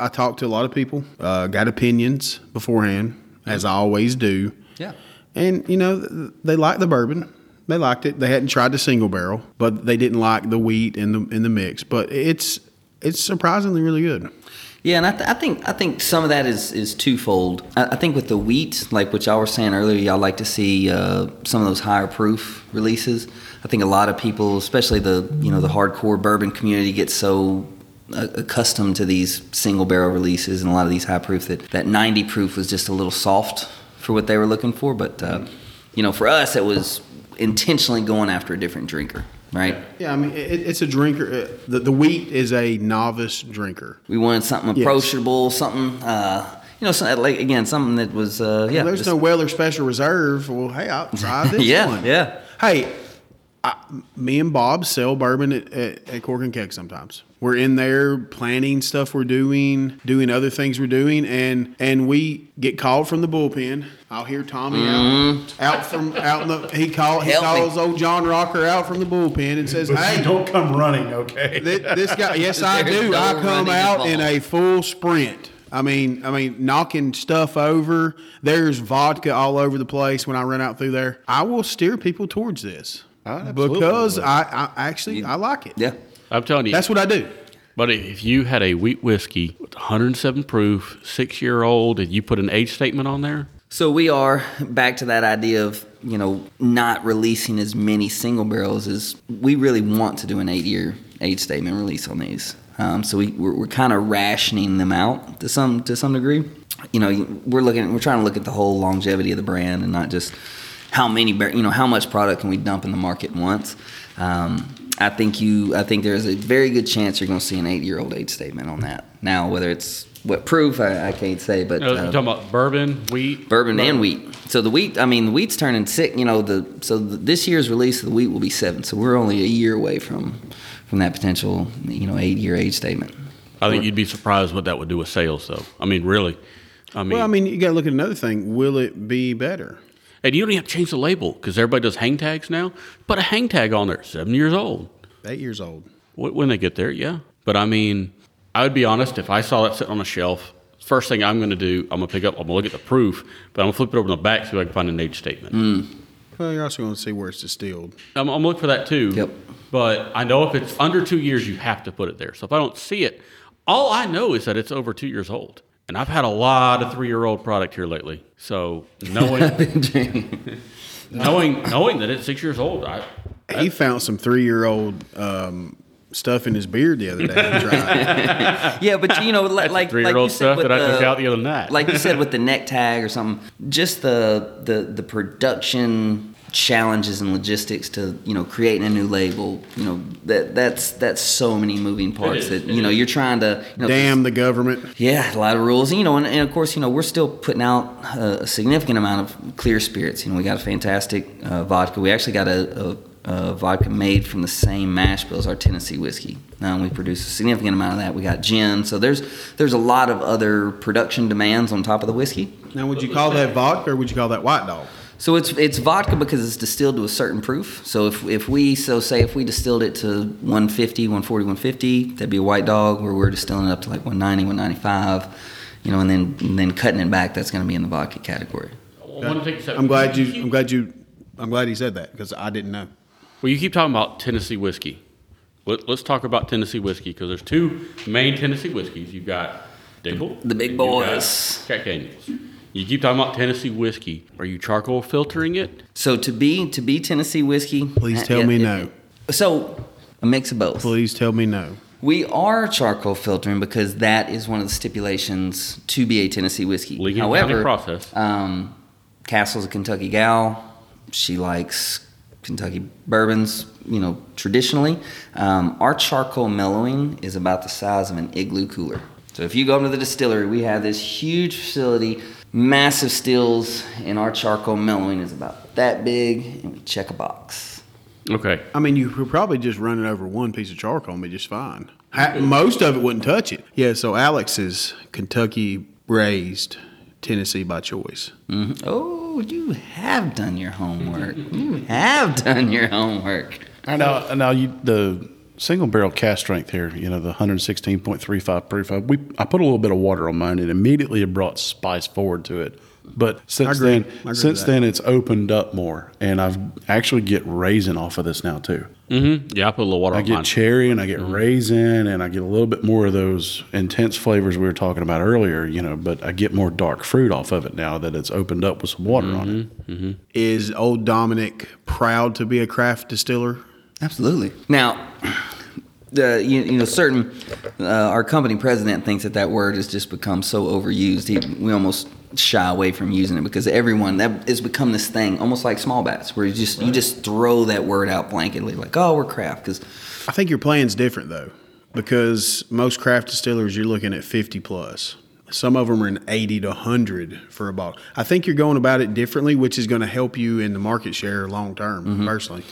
S1: I talk to a lot of people, uh, got opinions beforehand, as I always do.
S3: yeah.
S1: And, you know, th- they liked the bourbon. They liked it. They hadn't tried the single barrel, but they didn't like the wheat and the, and the mix. But it's it's surprisingly really good.
S3: Yeah, and I, th- I think I think some of that is is twofold. I, I think with the wheat, like what y'all were saying earlier, y'all like to see uh, some of those higher proof releases. I think a lot of people, especially the you know the hardcore bourbon community, get so uh, accustomed to these single barrel releases and a lot of these high proof that that 90 proof was just a little soft for what they were looking for. But uh, you know, for us, it was intentionally going after a different drinker, right?
S1: Yeah, I mean, it, it's a drinker. Uh, the, the wheat is a novice drinker.
S3: We wanted something
S1: Yes.
S3: approachable, something. Uh, you know, some, like again, something that was uh, yeah.
S1: There's
S3: just-
S1: no Weller Special Reserve. Well, hey, I'll try this
S3: yeah,
S1: one.
S3: yeah.
S1: Hey, I, me and Bob sell bourbon at, at, at Cork and Keg sometimes. We're in there planning stuff we're doing, doing other things we're doing, and and we get called from the bullpen. I'll hear Tommy out, out from out in the he call he
S3: Mm-hmm. Help me.
S1: calls old John Rocker out from the bullpen and says,
S4: But
S1: "Hey,
S4: you don't come running, okay?
S1: Thi- this guy yes i
S3: There's
S1: do
S3: no
S1: i come
S3: running
S1: out in
S3: involved.
S1: a full sprint i mean i mean knocking stuff over there's vodka all over the place when i run out through there i will steer people towards this
S4: absolutely
S1: because
S4: will.
S1: I, I actually i like it
S3: Yeah.
S2: I'm telling you.
S1: that's what i do
S2: but if you had a wheat whiskey, 107 proof, six year old, and you put an age statement on there,
S3: So we are back to that idea of, you know, not releasing as many single barrels as we really want to do an eight year age statement release on these. Um, so we, we're, we're kind of rationing them out to some to some degree. You know, we're looking we're trying to look at the whole longevity of the brand and not just how many bar- you know how much product can we dump in the market once. Um, I think you I think there's a very good chance you're going to see an eight year old age statement on that. Now whether it's what proof I, I can't say, but
S2: Uh,
S3: uh,
S2: you talking about bourbon, wheat,
S3: bourbon and wheat. So the wheat, I mean, the wheat's turning sick. You know, the so the, this year's release of the wheat will be seven. So we're only a year away from from that potential, you know, eight year age statement.
S2: I think you'd be surprised what that would do with sales, though. I mean, really. I mean,
S1: Well, I mean, you got to look at another thing. Will it be better?
S2: and you don't even have to change the label because everybody does hang tags now. Put a hang tag on there, seven years old.
S1: Eight years old.
S2: Wh- When they get there, yeah. But I mean, I would be honest, if I saw that sitting on a shelf, first thing I'm going to do, I'm going to pick up, I'm going to look at the proof, but I'm going to flip it over to the back so I can find an age statement.
S3: Mm.
S1: Well, you're also going to see where it's distilled.
S2: I'm, I'm looking for that too.
S3: Yep.
S2: But I know if it's under two years, you have to put it there. So if I don't see it, all I know is that it's over two years old. And I've had a lot of three year old product here lately. So knowing knowing knowing that it's six years old, I,
S1: He found some three year old um, stuff in his beard the other day. He tried.
S3: yeah, but you know, li- like like
S2: three
S3: you
S2: year old
S3: said
S2: stuff
S3: with
S2: that I took
S3: the-
S2: out the other night.
S3: like you said with the neck tag or something just the the the production challenges and logistics to you know creating a new label you know that that's that's so many moving parts
S2: is,
S3: that
S2: it
S3: you know you're trying to you know,
S1: Damn the government.
S3: yeah, a lot of rules. And, you know, and, and of course, you know, we're still putting out a significant amount of clear spirits. You know, we got a fantastic uh, vodka. We actually got a, a, a vodka made from the same mash bill as our Tennessee whiskey. Um, we produce a significant amount of that. We got gin. So there's there's a lot of other production demands on top of the whiskey.
S1: Now, would you call that vodka or would you call that white dog?
S3: So it's it's vodka because it's distilled to a certain proof. So if if we so say if we distilled it to 150, 140, 150, that'd be a white dog. Where we're distilling it up to like 190, 195, you know, and then and then cutting it back, that's going to be in the vodka category.
S1: I'm glad you. I'm glad you. I'm glad he said that because I didn't know.
S2: Well, you keep talking about Tennessee whiskey. Let, us talk about Tennessee whiskey because there's two main Tennessee whiskeys. You've got Dickel,
S3: The big
S2: and you've got
S3: boys.
S2: Jack Daniels. You keep talking about Tennessee whiskey. Are you charcoal filtering it?
S3: So to be to be Tennessee whiskey,
S1: Please tell me no.
S3: So a mix of both.
S1: Please tell me no.
S3: We are charcoal filtering because that is one of the stipulations to be a Tennessee whiskey.
S2: Legal and
S3: However,
S2: county process.
S3: Um, Castle's a Kentucky gal. She likes Kentucky bourbons, you know, traditionally. Um, our charcoal mellowing is about the size of an igloo cooler. So if you go up to the distillery, we have this huge facility, massive stills, and our charcoal mellowing is about that big, and we check a box.
S2: Okay.
S1: I mean, you could probably just run it over one piece of charcoal and be just fine. Ha- Most of it wouldn't touch it. Yeah. So Alex is Kentucky raised, Tennessee by choice.
S3: Oh, you have done your homework. you have done your homework.
S4: I know. Now you the single barrel cast strength here. You know the 116.35 proof. I, we I put a little bit of water on mine, and immediately it brought spice forward to it. But since
S1: agree.
S4: then,
S1: I agree with
S4: since
S1: that.
S4: then it's opened up more, and I've actually get raisin off of this now too.
S2: Mm-hmm. Yeah, I put a little
S1: Oh,
S2: water
S4: I
S2: on
S4: get
S2: mine.
S4: cherry and I get
S1: Mm-hmm.
S4: raisin and I get a little bit more of those intense flavors we were talking about earlier, you know, but I get more dark fruit off of it now that it's opened up with some water
S1: Mm-hmm.
S4: on it.
S1: Is old Dominic proud to be a craft distiller?
S3: Absolutely. Now, the you, you know certain uh, our company president thinks that that word has just become so overused. He, we almost shy away from using it because everyone that has become this thing, almost like small bats, where you just you just throw that word out blanketly, like oh we're craft. Because
S1: I think your plan's different though, because most craft distillers you're looking at 50 plus. Some of them are in 80 to 100 for a bottle. I think you're going about it differently, which is going to help you in the market share long term. Personally,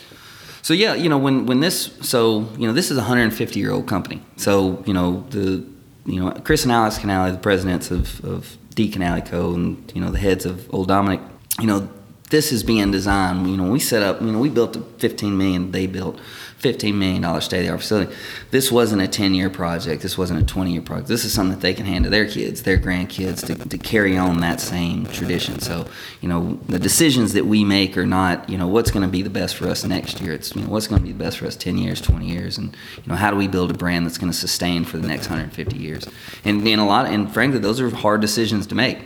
S3: so yeah, you know when when this so you know this is a 150 year old company. So you know the you know Chris and Alex Canale, the presidents of of D Canalico, and you know the heads of Old Dominic. You know this is being designed. You know we set up. You know we built a 15 million. They built 15 million dollar state of the art facility. This wasn't a 10 year project. This wasn't a 20 year project. This is something that they can hand to their kids, their grandkids, to, to carry on that same tradition. So you know the decisions that we make are not you know what's going to be the best for us next year. It's you know what's going to be the best for us 10 years, 20 years, and you know how do we build a brand that's going to sustain for the next 150 years? And in a lot, and frankly, those are hard decisions to make.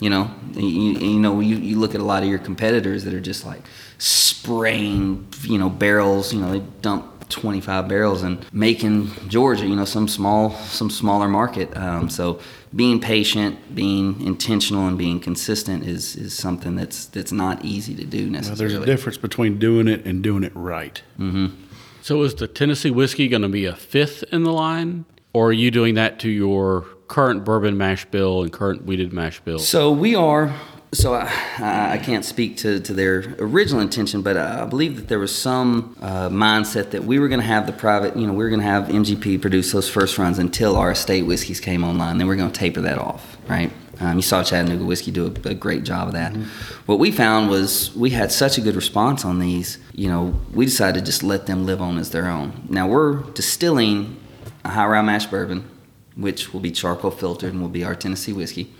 S3: You know, you, you you know, you, you look at a lot of your competitors that are just like spraying, you know, barrels. You know, they dump 25 barrels and making Georgia, you know, some small, some smaller market. Um, so being patient, being intentional, and being consistent is is something that's that's not easy to do
S4: Now,
S3: necessarily.
S4: there's a difference between doing it and doing it right.
S2: So is the Tennessee whiskey going to be a fifth in the line, or are you doing that to your current bourbon mash bill and current weeded mash bill?
S3: So we are. So I, I I can't speak to, to their original intention, but uh, I believe that there was some uh, mindset that we were going to have the private, you know, we were going to have MGP produce those first runs until our estate whiskeys came online. Then we are going to taper that off, right? Um, you saw Chattanooga Whiskey do a, a great job of that. What we found was we had such a good response on these, you know, we decided to just let them live on as their own. Now we're distilling a high rye mash bourbon, which will be charcoal filtered and will be our Tennessee whiskey.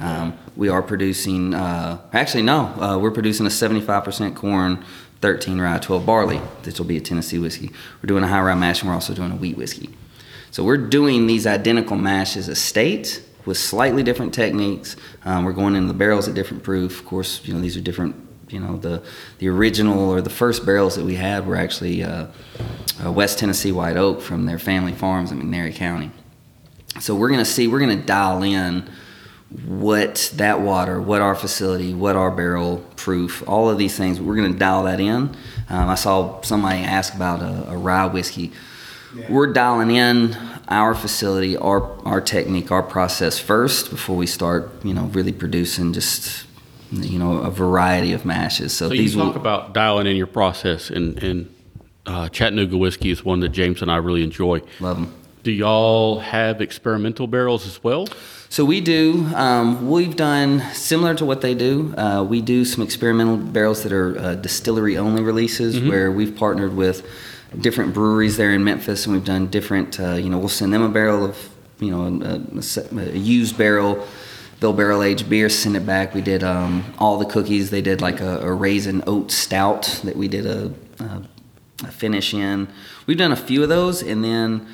S3: Um, we are producing, uh, actually, no, uh, we're producing a 75% corn, 13 rye, 12 barley. This will be a Tennessee whiskey. We're doing a high rye mash and we're also doing a wheat whiskey. So we're doing these identical mashes estate with slightly different techniques. Um, we're going into the barrels at different proof. Of course, you know, these are different. You know, the, the original or the first barrels that we had were actually uh, uh, West Tennessee white oak from their family farms in McNairy County. So we're going to see, we're going to dial in what that water, what our facility, what our barrel proof, all of these things. We're going to dial that in. Um, I saw somebody ask about a, a rye whiskey. We're dialing in our facility, our our technique, our process first before we start, you know, really producing just you know a variety of mashes. So,
S2: So you
S3: these
S2: talk
S3: will,
S2: about dialing in your process, and, and uh, Chattanooga whiskey is one that James and I really enjoy.
S3: love them.
S2: Do y'all have experimental barrels as well?
S3: So we do. Um, we've done similar to what they do. Uh, we do some experimental barrels that are uh, distillery only releases, where we've partnered with different breweries there in Memphis, and we've done different. Uh, you know, we'll send them a barrel of you know a, a se- a used barrel. They'll barrel age beer, send it back. We did um, all the cookies. They did like a, a raisin oat stout that we did a, a, a finish in. We've done a few of those, and then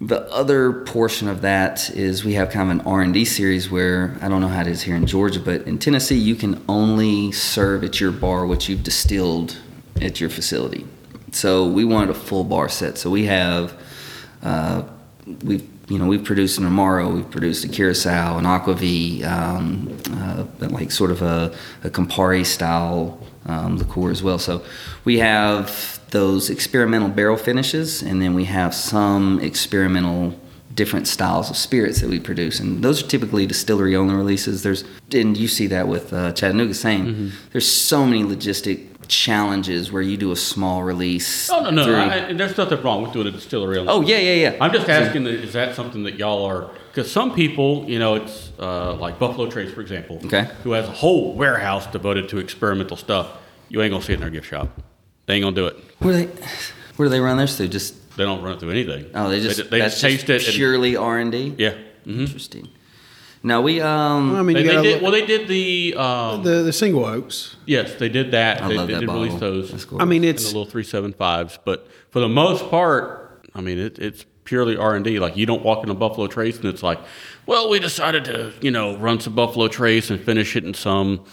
S3: the other portion of that is we have kind of an r&d series where i don't know how it is here in georgia but in tennessee you can only serve at your bar what you've distilled at your facility so we wanted a full bar set so we have uh, we've you know we've produced an amaro we've produced a curacao an aquavit um, uh, like sort of a, a campari style um, liqueur as well so we have those experimental barrel finishes and then we have some experimental different styles of spirits that we produce and those are typically distillery only releases there's and you see that with uh, chattanooga same
S2: Mm-hmm.
S3: there's so many logistic challenges where you do a small release
S2: Oh no, no,
S3: through-
S2: I, I- there's nothing wrong with doing a distillery.
S3: oh yeah yeah yeah
S2: I'm just asking, that, is that something that y'all are? Because some people, you know, it's uh, like Buffalo Trace, for example,
S3: Okay.
S2: who has a whole warehouse devoted to experimental stuff. You ain't gonna see it in their gift shop. They ain't gonna do it.
S3: Where do they where do they run theirs through? Just
S2: They don't run it through anything.
S3: oh, they just
S2: they, they
S3: that's
S2: just taste it. and-
S3: purely R and D.
S2: yeah, hmm
S3: Interesting. No, we
S1: I
S3: um
S1: mean,
S2: they,
S1: you
S2: they
S1: gotta
S2: did.
S1: look-
S2: Well, they did the. Um,
S1: the the single oaks.
S2: yes, they did that.
S3: I
S2: they
S3: love
S2: they
S3: that
S2: did
S3: bottle.
S2: release those.
S3: That's cool.
S1: I mean,
S2: in the
S1: it's
S2: little three seven fives. But for the most part, I mean, it, it's purely R and D. Like you don't walk into Buffalo Trace and it's like, well, we decided to you know run some Buffalo Trace and finish it in some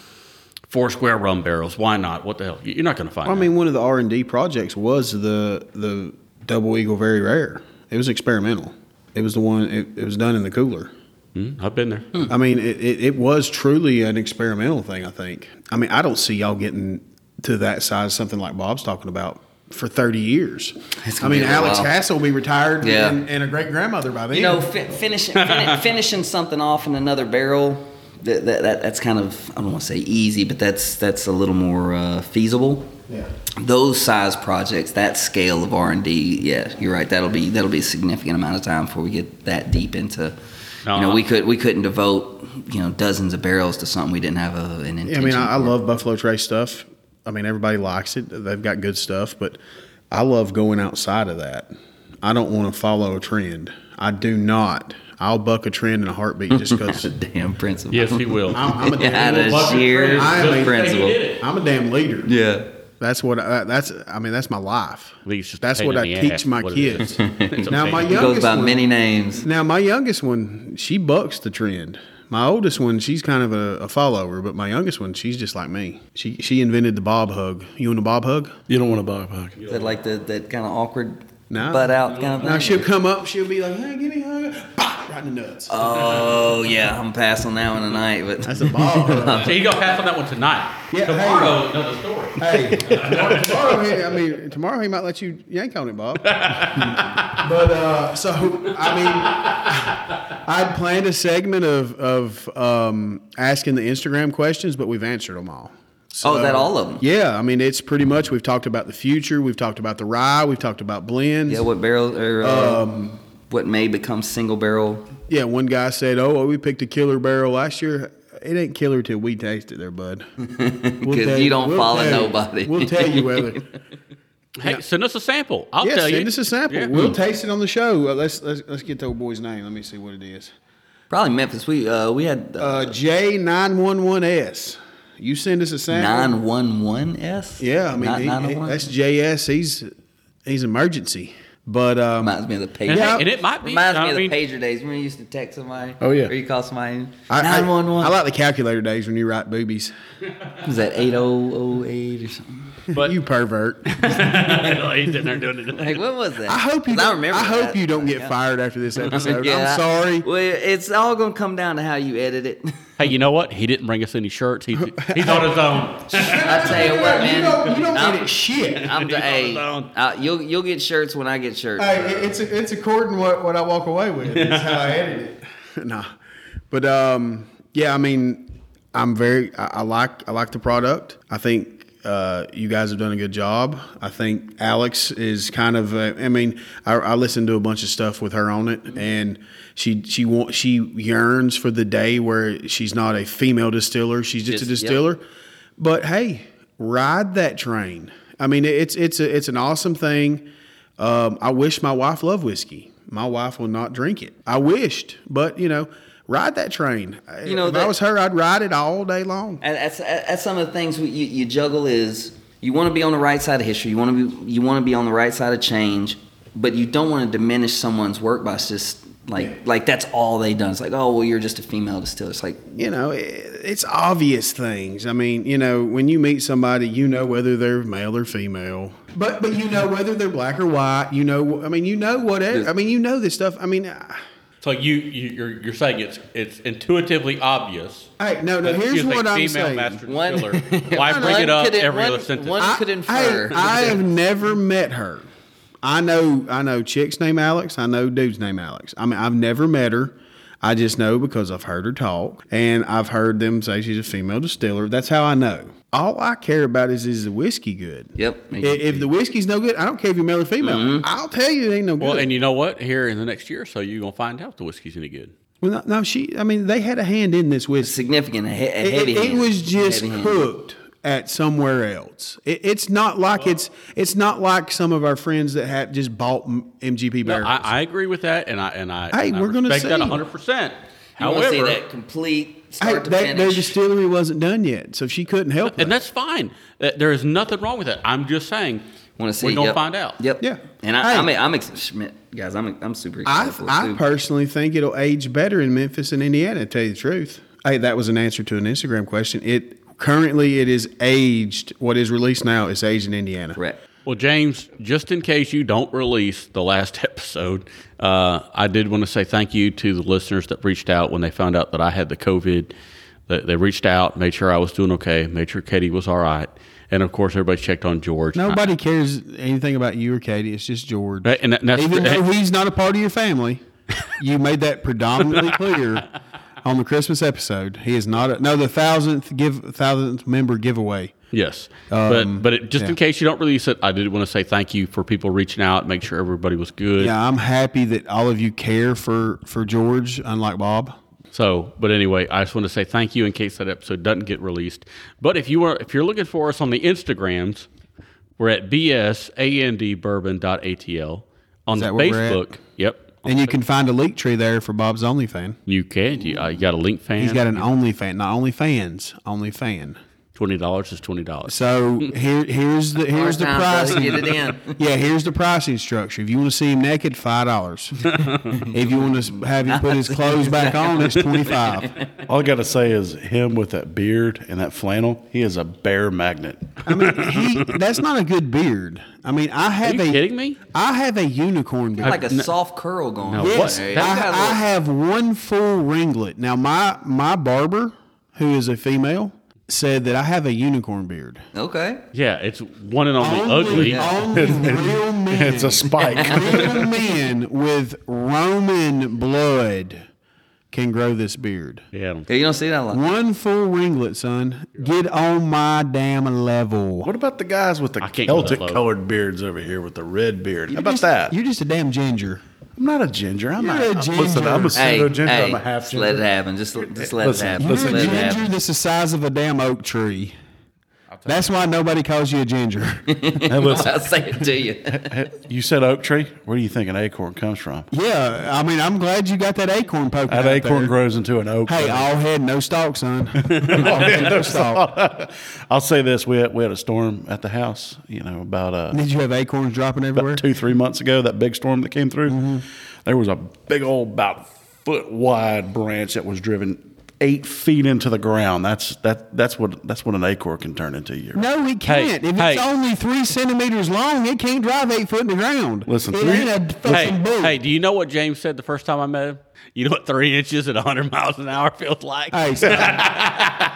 S2: four square rum barrels. Why not? What the hell? You're not going to find.
S1: I
S2: that.
S1: mean, one of the R and D projects was the the double eagle very rare. It was experimental. It was the one. It, it was done in the cooler.
S2: Mm, I've been there.
S1: I mean, it, it, it was truly an experimental thing. I think. I mean, I don't see y'all getting to that size. Something like Bob's talking about for thirty years.
S3: It's
S1: I
S3: gonna
S1: mean,
S3: be a
S1: Alex
S3: while.
S1: Hassel will be retired
S3: Yeah.
S1: and, and a great grandmother by then.
S3: you know, fi- finishing fin- finishing something off in another barrel. That, that, that that's kind of I don't want to say easy, but that's that's a little more uh, feasible.
S1: yeah.
S3: Those size projects, that scale of R and D, yeah, you're right. That'll be that'll be a significant amount of time before we get that deep into.
S2: No,
S3: you know,
S2: I-
S3: we could we couldn't devote you know dozens of barrels to something we didn't have a, an
S1: Yeah, I
S3: intention.
S1: mean, I, I
S3: for.
S1: love Buffalo Trace stuff. I mean, everybody likes it. They've got good stuff, but I love going outside of that. I don't want to follow a trend. I do not. I'll buck a trend in a heartbeat just because
S3: The damn principle.
S2: Yes, he will.
S1: I'm, I'm a
S3: Out
S1: damn.
S3: of
S1: buck a
S3: sheer
S1: trend. I am a-
S3: principle.
S1: I'm a damn leader.
S3: Yeah.
S1: That's what. I, that's. I mean, that's my life.
S2: Leaves just a
S1: That's
S2: pain
S1: what
S2: in
S1: I
S2: the ass,
S1: teach my
S2: what it is.
S1: kids. now my
S3: It
S1: youngest
S3: goes by
S1: one,
S3: many names.
S1: Now my youngest one, she bucks the trend. My oldest one, she's kind of a, a follower, but my youngest one, she's just like me. She she invented the bob hug. You want a bob hug?
S4: You don't want to bug bug.
S3: That like the that kind of awkward
S1: No.
S3: butt out kind of thing.
S1: Now she'll come up, she'll be like, "Hey, give me a hug," Bah, right in the nuts.
S3: Oh yeah, I'm passing that one tonight. But
S1: That's a bob hug.
S2: So you got to pass on that one tonight.
S1: Yeah, hey.
S2: Tomorrow, another story.
S1: Hey, tomorrow, tomorrow he, I mean, tomorrow he might let you yank on it, Bob. but uh, so I mean, I'd planned a segment of of um, asking the Instagram questions, but we've answered them all.
S3: oh, is that all of them?
S1: Yeah, I mean, it's pretty much we've talked about the future, we've talked about the rye, we've talked about blends.
S3: Yeah, what barrel or uh,
S1: Um,
S3: what may become single barrel?
S1: Yeah, one guy said, "Oh, well, we picked a killer barrel last year. It ain't killer till we taste it, there, bud." We'll
S3: 'Cause
S1: tell-
S3: you don't follow
S1: tell you-
S3: nobody.
S1: We'll tell you whether.
S2: Hey, send us a sample. I'll
S1: yes,
S2: tell you.
S1: send us a sample.
S2: Yeah.
S3: Hmm.
S1: We'll taste it on the show. Uh, let's, let's let's get the old boy's name. Let me see what it is.
S3: Probably Memphis. We uh, we had
S1: Uh, J nine one one S. You send us a sample.
S3: nine one one S.
S1: Yeah, I
S3: Not
S1: mean he- he-
S3: 911?
S1: that's JS. He's he's emergency, but um,
S3: reminds me of the pager.
S2: And,
S1: Yeah.
S2: hey, and it might be.
S3: Reminds
S2: I
S3: me of the
S2: mean,
S3: pager days. Remember you used to text somebody?
S4: Oh, yeah.
S3: Or you call somebody
S1: I, I,
S3: nine one
S1: I
S3: one.
S1: like the calculator days when you write boobies.
S3: Was that eight oh oh eight or something?
S2: But-
S1: you pervert.
S2: he's sitting there doing it.
S3: Like what was that?
S1: I hope you.
S3: 'Cause
S1: Don't, I,
S3: remember
S1: hope
S3: that.
S1: you don't get
S3: Yeah.
S1: fired after this episode.
S3: Yeah, I-
S1: I'm sorry.
S3: Well, it's all gonna come down to how you edit it.
S2: Hey, you know what? He didn't bring us any shirts. He's, he's on his own.
S3: I tell you what, man.
S1: You don't, you don't
S3: I'm-
S1: edit shit.
S3: I'm
S2: He's
S3: the
S2: on
S3: hey,
S2: his own.
S3: uh, you'll you'll get shirts when I get shirts.
S1: Hey, it- it's it's according what what I walk away with. It's how I edit it. nah, but um, yeah, I mean, I'm very I, I like I like the product. I think. Uh, you guys have done a good job. I think Alex is kind of. Uh, I mean, I, I listened to a bunch of stuff with her on it, and she she wants she yearns for the day where she's not a female distiller. She's just, a
S3: Just- yep.
S1: distiller. But hey, ride that train. I mean, it's it's a, it's an awesome thing. Um, I wish my wife loved whiskey. My wife will not drink it. I wished, but you know, ride that train.
S3: You know,
S1: if I
S3: that-
S1: was her, I'd ride it all day long.
S3: And that's that's some of the things we, you, you juggle is you want to be on the right side of history. You want to be you want to be on the right side of change, but you don't want to diminish someone's work by just like like that's all they done. It's like oh well, you're just a female distiller. It's like
S1: You know, i it's obvious things. I mean, you know, when you meet somebody, you know whether they're male or female. But but you know whether they're black or white. You know, I mean, you know what? I mean, you know this stuff. I mean. I-
S2: So you, you you're you're saying it's it's intuitively obvious.
S1: Hey, no, no.
S2: that
S1: Here's
S2: she's a
S1: what I'm
S2: female
S1: saying.
S2: master
S3: One-
S2: distiller. Why bring it up
S3: One could-
S2: every
S3: one-
S2: other sentence?
S3: one-
S1: I-
S3: could infer.
S1: I, I have never met her. I know I know chicks named Alex. I know dudes named Alex. I mean, I've never met her. I just know because I've heard her talk and I've heard them say she's a female distiller. That's how I know. All I care about is is the whiskey good.
S3: Yep. Mm-hmm.
S1: I- If, the whiskey's no good, I don't care if you're male or female. I'll tell you it ain't no good.
S2: Well, and you know what? Here in the next year or so, you're gonna find out if the whiskey's any good.
S1: Well, no, no, she. I mean, they had a hand in this whiskey.
S3: significant, a, he- a
S1: It-
S3: heavy.
S1: it, it
S3: hand.
S1: was just
S3: Heavy hand.
S1: cooked at somewhere else. It, it's not like it's it's not like some of our friends that have just bought M- MGP
S2: No,
S1: barrels.
S2: I, I agree with that, and I and I,
S1: Hey,
S2: and I
S1: we're gonna
S2: respect that
S1: see.
S2: 100. percent
S3: You want to see
S2: However,
S3: that complete
S1: Hey,
S3: start to
S1: they- their
S3: finish.
S1: distillery wasn't done yet, so she couldn't help.
S2: and
S1: them.
S2: that's fine. Uh, There is nothing wrong with that. I'm just saying
S3: Want to see?
S2: we're gonna
S3: yep.
S2: find out.
S3: Yep.
S1: Yeah.
S3: And I,
S1: Hey.
S3: I'm, I'm ex- Schmidt, guys. I'm, I'm super excited.
S1: I
S3: for it,
S1: I
S3: too.
S1: personally think it'll age better in Memphis and Indiana. To tell you the truth, hey, that was an answer to an Instagram question. It currently it is aged. What is released now is aged in Indiana.
S3: Correct.
S2: Well, James, just in case you don't release the last episode, uh, I did want to say thank you to the listeners that reached out when they found out that I had the COVID. That they reached out, made sure I was doing okay, made sure Katie was all right, and of course everybody checked on George.
S1: Nobody cares anything about you or Katie. It's just George.
S2: Right, eh, and that- that's-
S1: Even though he's not a part of your family, you made that predominantly clear on the Christmas episode. He is not. A, no, the thousandth give thousandth member giveaway.
S2: Yes, but but it, just
S1: Um, yeah.
S2: in case you don't release it, I did want to say thank you for people reaching out, make sure everybody was good.
S1: Yeah, I'm happy that all of you care for for George, unlike Bob.
S2: So, but anyway, I just want to say thank you in case that episode doesn't get released. But if you are if you're looking for us on the Instagrams, we're at bsandbourbon.atl on the
S1: that where we're at?
S2: Facebook. Yep,
S1: And you can find a leak tree there for Bob's OnlyFan.
S2: you can. You, uh, you got a link fan.
S1: He's got an OnlyFan, not OnlyFans, OnlyFan.
S2: Twenty dollars is twenty dollars.
S1: So here, here's the here's the
S3: Hard times,
S1: pricing.
S3: brother. Get it in.
S1: Yeah, here's the pricing structure. If you want to see him naked, five dollars. if you want to have him put his clothes back on, it's twenty five.
S4: All I got to say is him with that beard and that flannel, he is a bear magnet.
S1: I mean, he, that's not a good beard. I mean, I have
S2: you
S1: a
S2: kidding me?
S1: I have a unicorn beard.
S3: like a soft curl going.
S2: No,
S3: on
S2: what?
S1: Yes,
S3: there. You
S1: I,
S3: got a
S1: I
S3: little-
S1: have one full ringlet. Now my my barber, who is a female, said that I have a unicorn beard.
S3: okay.
S2: Yeah, it's one and only, ugly.
S1: only real men.
S4: It's a spike.
S1: real men with Roman blood can grow this beard.
S2: Yeah. I don't-
S3: Yeah, you don't see that a lot.
S1: One full ringlet, son. Get on my damn level.
S4: what about the guys with the
S2: can't go that
S4: Celtic
S2: low.
S4: colored beards over here with the red beard? How about that?
S1: You're just a damn ginger.
S4: I'm not a ginger. I'm
S1: You're
S4: not
S1: a
S4: Listen, I'm
S1: ginger.
S4: a pseudo ginger. I'm a half
S3: just
S4: ginger.
S3: let it happen. Just, just let
S4: Listen,
S3: it happen.
S4: listen,
S1: You're a
S3: Just let it
S1: ginger
S3: happen.
S1: that's the size of a damn oak tree. That's why nobody calls you a ginger.
S4: Hey, listen,
S3: I'll say it to you.
S4: you said oak tree. Where do you think an acorn comes from?
S1: yeah, I mean, I'm glad you got that acorn poking
S4: That
S1: out
S4: acorn
S1: there.
S4: grows into an oak.
S1: Hey,
S4: tree.
S1: all head, no stalk, son. all head, no stalk.
S4: I'll say this: we had, we had a storm at the house. You know, about uh,
S1: Did you have acorns dropping everywhere?
S4: two three months ago, that big storm that came through.
S1: Mm-hmm.
S4: There was a big old about foot wide branch that was driven eight feet into the ground. That's that that's what that's what an acorn can turn into. You're
S1: No, it can't. if
S2: hey.
S1: it's only three centimeters long, it can't drive eight foot in the ground.
S4: Listen,
S1: it
S4: three-
S1: ain't a
S2: Hey,
S1: fucking bull.
S2: hey, do you know what James said the first time I met him? You know what three inches at 100 miles an hour feels like?
S1: Hey, stop.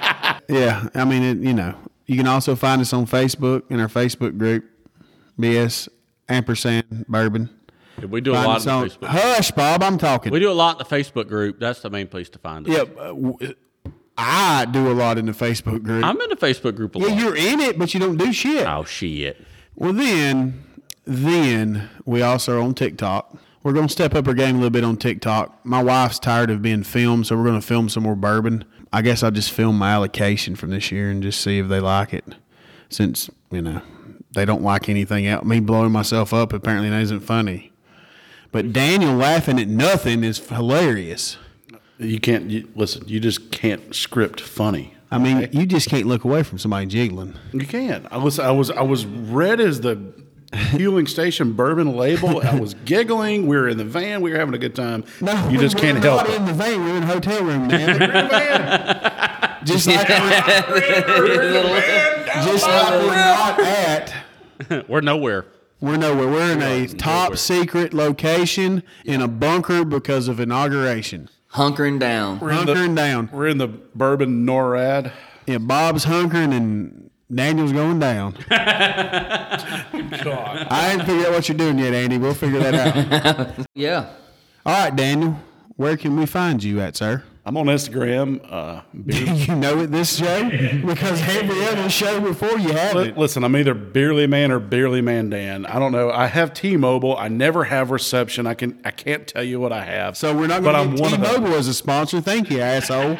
S1: yeah, I mean, it, you know, you can also find us on Facebook in our Facebook group, BS ampersand bourbon.
S2: we do a
S1: Find
S2: lot
S1: us
S2: on
S1: on-
S2: Facebook.
S1: Hush, Bob, I'm talking.
S2: We do a lot in the Facebook group. That's the main place to find us.
S1: yeah, uh, w- I do a lot in the Facebook group.
S2: I'm in the Facebook group a
S1: yeah,
S2: lot.
S1: you're in it, but you don't do shit.
S2: oh, shit.
S1: Well, then, then we also are on TikTok. We're going to step up our game a little bit on TikTok. My wife's tired of being filmed, so we're going to film some more bourbon. I guess I'll just film my allocation from this year and just see if they like it. Since, you know, they don't like anything else. Me blowing myself up apparently that isn't funny. But Daniel laughing at nothing is hilarious.
S4: you can't you, listen. You just can't script funny.
S1: I mean, you just can't look away from somebody jiggling.
S4: You can. I was I was I was red as the fueling station bourbon label. I was giggling. We were in the van. We were having a good time. you just
S1: we
S4: can't
S1: were
S4: help
S1: not
S4: it.
S1: in the van. We were in a hotel room, man. just like just like we're not at.
S2: We're nowhere.
S1: We're nowhere. We're in a top secret location in a bunker because of inauguration.
S3: Hunkering down.
S4: in the-
S1: Hunkering down.
S4: We're in the bourbon NORAD.
S1: Yeah, Bob's hunkering and Daniel's going down. I ain't figured out what you're doing yet, Andy. We'll figure that out.
S3: Yeah.
S1: All right, Daniel. Where can we find you at, sir?
S4: I'm on Instagram. Uh, beer-
S1: You know it this show because every other show before you have
S4: Li-
S1: it.
S4: Listen, I'm either Beerly Man or Beerly Man Dan. I don't know. I have T-Mobile. I never have reception. I can I can't tell you what I have.
S1: So we're not
S4: But
S1: going
S4: I'm
S1: to
S4: one
S1: get
S4: of them.
S1: T-Mobile as a sponsor. Thank you, asshole.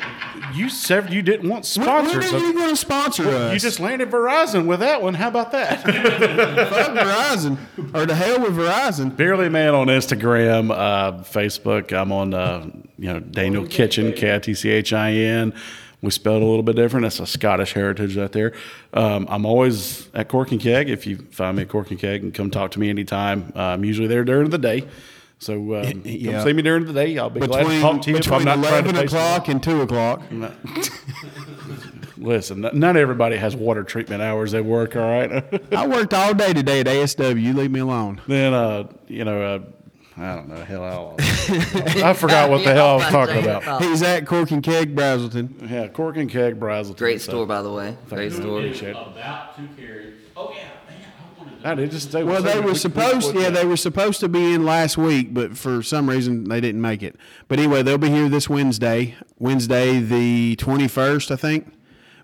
S4: You sever, you didn't want
S1: When- when
S4: sponsors.
S1: are you
S4: so
S1: going to sponsor us?
S4: you just landed Verizon with that one. How about that?
S1: fuck Verizon or the hell with Verizon.
S4: Beerly Man on Instagram, uh, Facebook. I'm on uh, you know Daniel Kitchen, K I T C H I N. We spell it a little bit different. That's a Scottish heritage out there. Um, I'm always at Cork and Keg. If you find me at Cork and Keg and come talk to me anytime, uh, I'm usually there during the day. So um,
S1: yeah.
S4: come see me during the day. I'll be glad to
S1: Between,
S4: talk to you if I'm
S1: between
S4: not trying to
S1: eleven
S4: face you.
S1: o'clock and two o'clock.
S4: Listen, n- not everybody has water treatment hours at work. All right.
S1: I worked all day today at ASW. You leave me alone.
S4: Then uh, you know, uh, I don't know. Hell, I, I forgot what the hell I was talking about.
S1: He's at Cork and Keg, Brazelton.
S4: Yeah, cork and keg, Brazel.
S3: Great store, by the way. Great store.
S4: Appreciate it.
S2: About to carry. Oh, yeah. Man, I want to
S4: I did just say.
S1: Well, they
S4: we-
S1: were
S4: we-
S1: supposed, yeah, they were supposed to be in last week, but for some reason they didn't make it. But anyway, they'll be here this Wednesday, Wednesday the twenty-first, I think.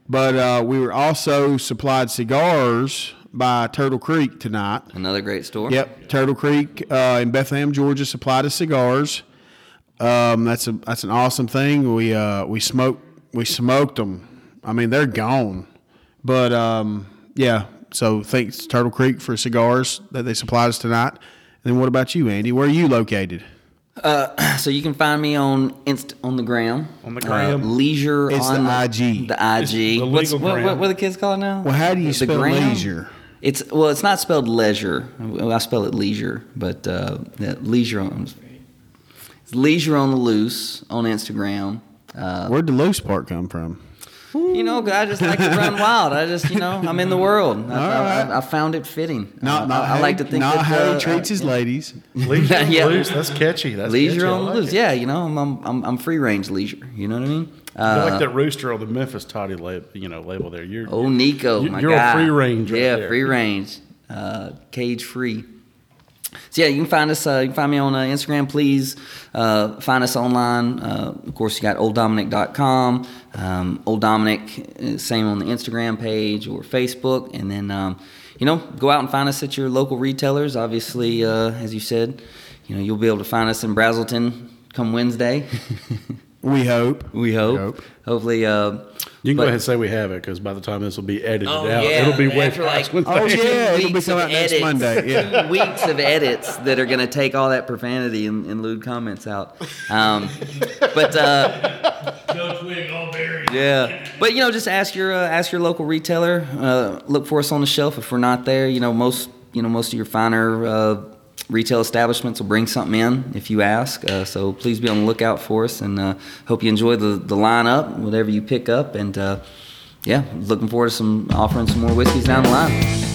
S1: But uh, we were also supplied cigars by Turtle Creek tonight.
S3: Another great store.
S1: Yep, Turtle Creek uh, in Bethlehem, Georgia, supplied us cigars. Um, that's a that's an awesome thing. We uh, we smoked we smoked them. I mean, they're gone, but um, yeah. So thanks to Turtle Creek for cigars that they supplied us tonight. And then what about you, Andy? Where are you located?
S3: So you can find me on inst on the gram. Uh,
S2: On the gram.
S3: leisure
S1: It's the
S3: on
S1: IG.
S3: The IG.
S4: the
S3: What's,
S4: legal
S3: what,
S4: gram.
S3: what, what the kids call it now?
S1: Well, how do you
S3: The
S1: spell
S3: gram?
S1: leisure?
S3: It's well, it's not spelled leisure. I spell it leisure, but uh, that leisure on it's leisure on the loose on Instagram. Uh,
S1: Where'd the loose part come from?
S3: you know, I just like to run wild. I just, you know, I'm in the world. I, I,
S1: right.
S3: I, I found it fitting.
S1: Not,
S3: Uh,
S1: not
S3: I,
S1: how
S3: I like
S1: he-
S3: to think
S1: not
S3: that,
S1: how
S3: uh,
S1: he treats his ladies.
S4: Leisure on
S3: Yeah.
S4: the loose. That's catchy. That's
S3: leisure
S4: catchy. I
S3: on the
S4: like
S3: loose.
S4: it.
S3: Yeah, you know, I'm I'm, I'm, I'm free range leisure. You know what I mean?
S4: You're
S3: Uh,
S4: like that rooster on the Memphis Toddy label, you know, label there. You're
S3: oh, Nico,
S4: You-
S3: my
S4: you're a
S3: guy.
S4: free range right
S3: Yeah,
S4: there.
S3: free range, uh, cage free. So yeah, you can find us. Uh, you can find me on uh, Instagram, please. Uh, find us online. Uh, of course, you got olddominic.com. Um, Old Dominic, uh, same on the Instagram page or Facebook. And then, um, you know, go out and find us at your local retailers. Obviously, uh, as you said, you know, you'll be able to find us in Brazelton come Wednesday.
S1: We hope.
S3: we hope.
S1: hope.
S3: Hopefully. Uh,
S4: You can go
S3: but-
S4: ahead and say we have it because by the time this will be edited
S3: Oh,
S4: out,
S3: yeah.
S4: it'll be way
S3: After, like,
S4: past when
S1: Oh
S4: they-
S1: yeah, it'll be
S3: weeks
S1: coming
S3: of
S1: out next
S3: edits.
S1: Monday. Yeah.
S3: two weeks of edits that are going to take all that profanity and, and lewd comments out. Um, but uh, yeah, but you know, just ask your uh, ask your local retailer. Uh, look for us on the shelf. If we're not there, you know most you know most of your finer uh, retail establishments will bring something in if you ask. Uh, so please be on the lookout for us, and uh, hope you enjoy the the lineup, whatever you pick up, and. Uh, yeah, looking forward to some offering some more whiskeys down the line.